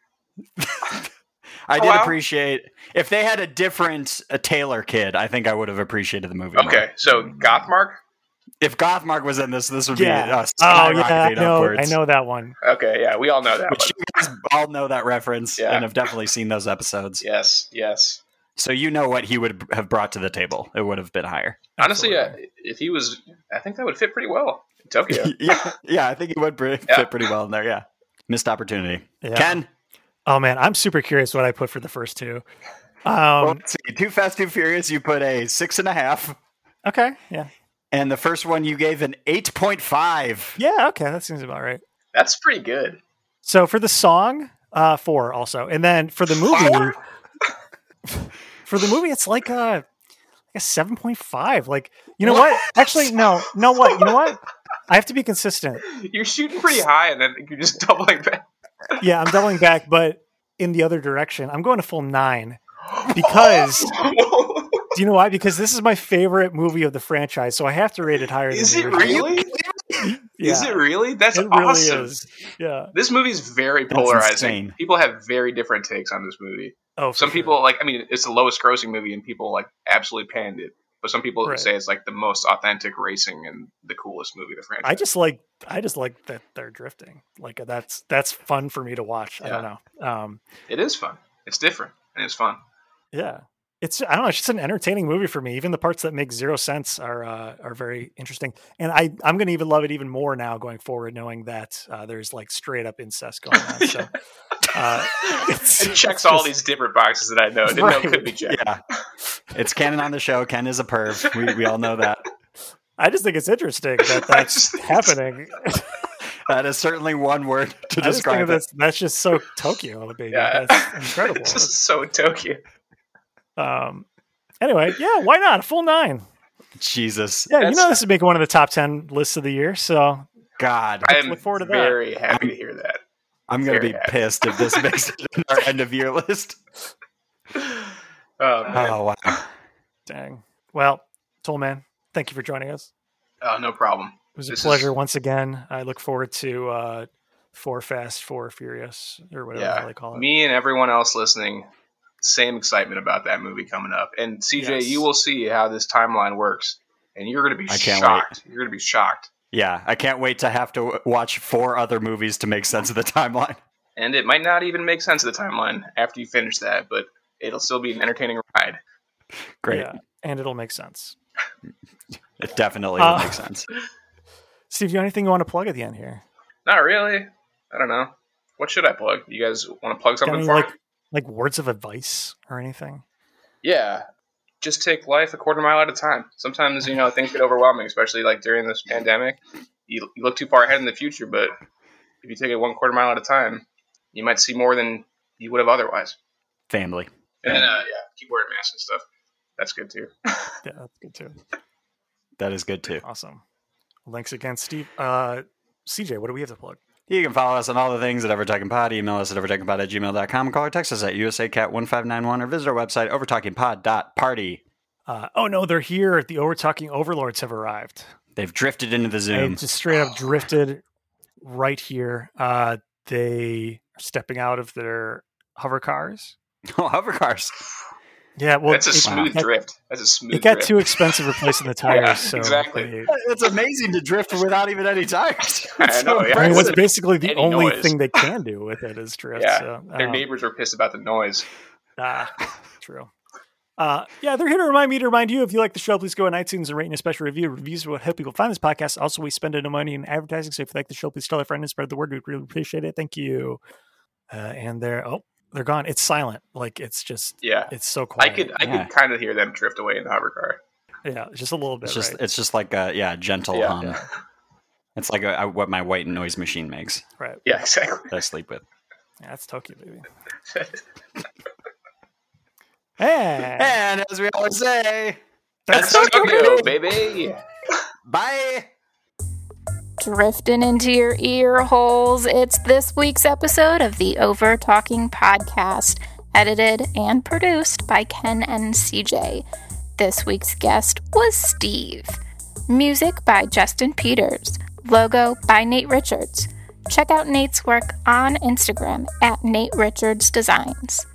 Speaker 3: I
Speaker 2: Oh,
Speaker 3: did
Speaker 2: wow.
Speaker 3: appreciate if they had a different uh, Taylor kid. I think I would have appreciated the movie. more.
Speaker 2: Okay. So Gothmark.
Speaker 3: If Gothmark was in this, this would be
Speaker 1: Yeah.
Speaker 3: uh,
Speaker 1: Oh
Speaker 3: skyrocketing
Speaker 1: yeah, I know, I
Speaker 3: upwards.
Speaker 1: know that one.
Speaker 2: Okay. Yeah. We all know that.
Speaker 3: Which
Speaker 2: One.
Speaker 3: you guys all know that reference
Speaker 2: Yeah.
Speaker 3: and have definitely seen those episodes.
Speaker 2: Yes. Yes.
Speaker 3: So you know what he would have brought to the table. It would have been higher.
Speaker 2: Honestly, uh,
Speaker 1: Absolutely.
Speaker 2: if he was, I think that would fit pretty well. in Tokyo.
Speaker 3: yeah, yeah, I think it would pre-
Speaker 2: Yeah.
Speaker 3: fit pretty well in there. Yeah, missed opportunity.
Speaker 1: Yeah.
Speaker 3: Ken,
Speaker 1: Oh man, I'm super curious what I put for the first two.
Speaker 3: well,
Speaker 1: Um,
Speaker 3: let's see. Too Fast, Too Furious. You put a six and a half,
Speaker 1: okay, yeah,
Speaker 3: and the first one you gave an eight point five.
Speaker 1: yeah, okay, that seems about right.
Speaker 2: That's pretty good.
Speaker 1: So for the song, uh, four also, and then for the movie, for the movie, it's like a, like a seven point five. Like you know what? Actually, no, no, what? You know what? I have to be consistent.
Speaker 2: You're shooting pretty high, and then you're just doubling back.
Speaker 1: Yeah, I'm doubling back, but in the other direction, I'm going a full nine because do you know why? Because this is my favorite movie of the franchise, so I have to rate it higher.
Speaker 2: is
Speaker 1: than
Speaker 2: it
Speaker 1: the original.
Speaker 2: really?
Speaker 1: Yeah,
Speaker 2: Is it really? That's
Speaker 1: it really
Speaker 2: awesome.
Speaker 1: is. Yeah.
Speaker 2: This movie's very
Speaker 3: That's
Speaker 2: polarizing.
Speaker 3: insane.
Speaker 2: People have very different takes on this movie.
Speaker 1: Oh, for
Speaker 2: Some
Speaker 1: sure.
Speaker 2: people like, I mean, it's the lowest grossing movie, and people like absolutely panned it. But some people
Speaker 1: Right.
Speaker 2: say it's like the most authentic racing and the coolest movie of the franchise.
Speaker 1: I just like I just like that they're drifting. Like that's that's fun for me to watch. I don't know. Um,
Speaker 2: it is fun. It's different and it's fun.
Speaker 1: yeah, it's I don't know. It's just an entertaining movie for me. Even the parts that make zero sense are uh, are very interesting. And I I'm gonna even love it even more now going forward, knowing that uh, there's like straight up incest going on. So uh, it's-
Speaker 2: it checks
Speaker 1: it's
Speaker 2: all
Speaker 1: just-
Speaker 2: these different boxes that I know. Didn't know
Speaker 1: Right.
Speaker 2: could be checked.
Speaker 3: Yeah, it's Kenan on the show. Ken is a perv. We, we all know that.
Speaker 1: I just think it's interesting that
Speaker 2: I
Speaker 1: that's
Speaker 2: just think it's-
Speaker 1: happening.
Speaker 3: That is certainly one word to
Speaker 1: I just think
Speaker 3: describe
Speaker 1: of
Speaker 3: it.
Speaker 1: this, that's just so Tokyo, baby.
Speaker 2: Yeah.
Speaker 1: That's incredible.
Speaker 2: It's just so Tokyo.
Speaker 1: um, anyway, yeah, why not? A full nine.
Speaker 3: Jesus,
Speaker 1: Yeah,
Speaker 2: That's-
Speaker 1: you know this is making one of the top ten lists of the year. So
Speaker 3: God,
Speaker 2: I
Speaker 1: Let's
Speaker 2: am
Speaker 1: look forward to that.
Speaker 2: very happy to hear that.
Speaker 3: I'm gonna
Speaker 2: Very
Speaker 3: be
Speaker 2: happy.
Speaker 3: pissed if this makes it in our end of year list.
Speaker 2: Oh, man.
Speaker 3: Oh wow.
Speaker 1: dang. Well, Tollman, thank you for joining us.
Speaker 2: Oh, no problem.
Speaker 1: It was a
Speaker 2: This is-
Speaker 1: pleasure once again. I look forward to uh four fast, four furious, or whatever the
Speaker 2: Yeah.
Speaker 1: hell they call it.
Speaker 2: Me and everyone else listening, same excitement about that movie coming up. And CJ,
Speaker 1: Yes.
Speaker 2: you will see how this timeline works, and you're going to be
Speaker 3: I can't
Speaker 2: shocked. You're going to be shocked.
Speaker 3: Yeah, I can't wait to have to w- watch four other movies to make sense of the timeline.
Speaker 2: And it might not even make sense of the timeline after you finish that, but it'll still be an entertaining ride.
Speaker 3: Great.
Speaker 1: Yeah, and it'll make sense.
Speaker 3: It definitely
Speaker 1: Uh,
Speaker 3: would make sense.
Speaker 1: Steve, you got anything you want to plug at the end here?
Speaker 2: Not really. I don't know. What should I plug? You guys want to plug
Speaker 1: Got
Speaker 2: something
Speaker 1: any,
Speaker 2: for
Speaker 1: like
Speaker 2: me?
Speaker 1: like words of advice or anything?
Speaker 2: Yeah. Just take life a quarter mile at a time. Sometimes, you know, things get overwhelming, especially like during this pandemic. You, you look too far ahead in the future, but if you take it one quarter mile at a time, you might see more than you would have otherwise.
Speaker 3: Family.
Speaker 2: And then, uh, yeah, keep wearing masks and stuff. That's good too.
Speaker 1: Yeah, that's good too.
Speaker 3: That is good too.
Speaker 1: Awesome. Well, thanks again, Steve. Uh CJ, what do we have to plug?
Speaker 3: You can follow us on all the things at EverTalkingPod. Email us at EverTalkingPod at gmail.com. Call or text us at USACat1591 or visit our website, overtalkingpod.party.
Speaker 1: Uh, oh no, they're here. The over talking overlords have arrived.
Speaker 3: They've drifted into the
Speaker 1: They
Speaker 3: Zoom.
Speaker 1: just straight up drifted right here. Uh, they are stepping out of their hover cars.
Speaker 3: oh, hover cars.
Speaker 1: Yeah, well,
Speaker 2: That's a smooth
Speaker 1: got,
Speaker 2: drift. That's a smooth
Speaker 1: It got
Speaker 2: drift.
Speaker 1: too expensive replacing the tires.
Speaker 2: Yeah,
Speaker 1: so
Speaker 2: exactly.
Speaker 1: they-
Speaker 3: That's amazing to drift without even any tires.
Speaker 2: I
Speaker 3: It's
Speaker 2: know, yeah.
Speaker 1: I mean, that's
Speaker 3: impressive.
Speaker 1: basically the
Speaker 2: Any
Speaker 1: only
Speaker 2: noise.
Speaker 1: thing they can do with it is drift.
Speaker 2: Yeah,
Speaker 1: so,
Speaker 2: Their
Speaker 1: um,
Speaker 2: neighbors were pissed about the noise.
Speaker 1: Ah, true. Uh, yeah, they're here to remind me to remind you. If you like the show, please go on iTunes and rate in a special review. Reviews will help people find this podcast. Also, we spend no money in advertising, so if you like the show, please tell a friend and spread the word. We'd really appreciate it. Thank you. Uh, and they're oh, they're gone. It's silent. Like it's just
Speaker 2: Yeah,
Speaker 1: it's so
Speaker 2: I
Speaker 1: quiet.
Speaker 2: could I
Speaker 3: Yeah.
Speaker 2: could kind of hear them drift away in the hover car.
Speaker 1: yeah, just a little bit.
Speaker 3: It's just
Speaker 1: right?
Speaker 3: it's just like a yeah gentle
Speaker 2: Yeah.
Speaker 3: hum. It's like a, a, what my white noise machine makes
Speaker 1: right.
Speaker 2: Yeah, exactly.
Speaker 3: that I sleep with.
Speaker 1: Yeah, that's Tokyo, baby. Hey,
Speaker 3: And as we always say,
Speaker 2: That's Tokyo, baby.
Speaker 3: bye.
Speaker 4: Drifting into your ear holes, it's this week's episode of the Over Talking Podcast, edited and produced by Ken and CJ. This week's guest was Steve. Music by Justin Peters. Logo by Nate Richards. Check out Nate's work on Instagram at Nate Richards Designs.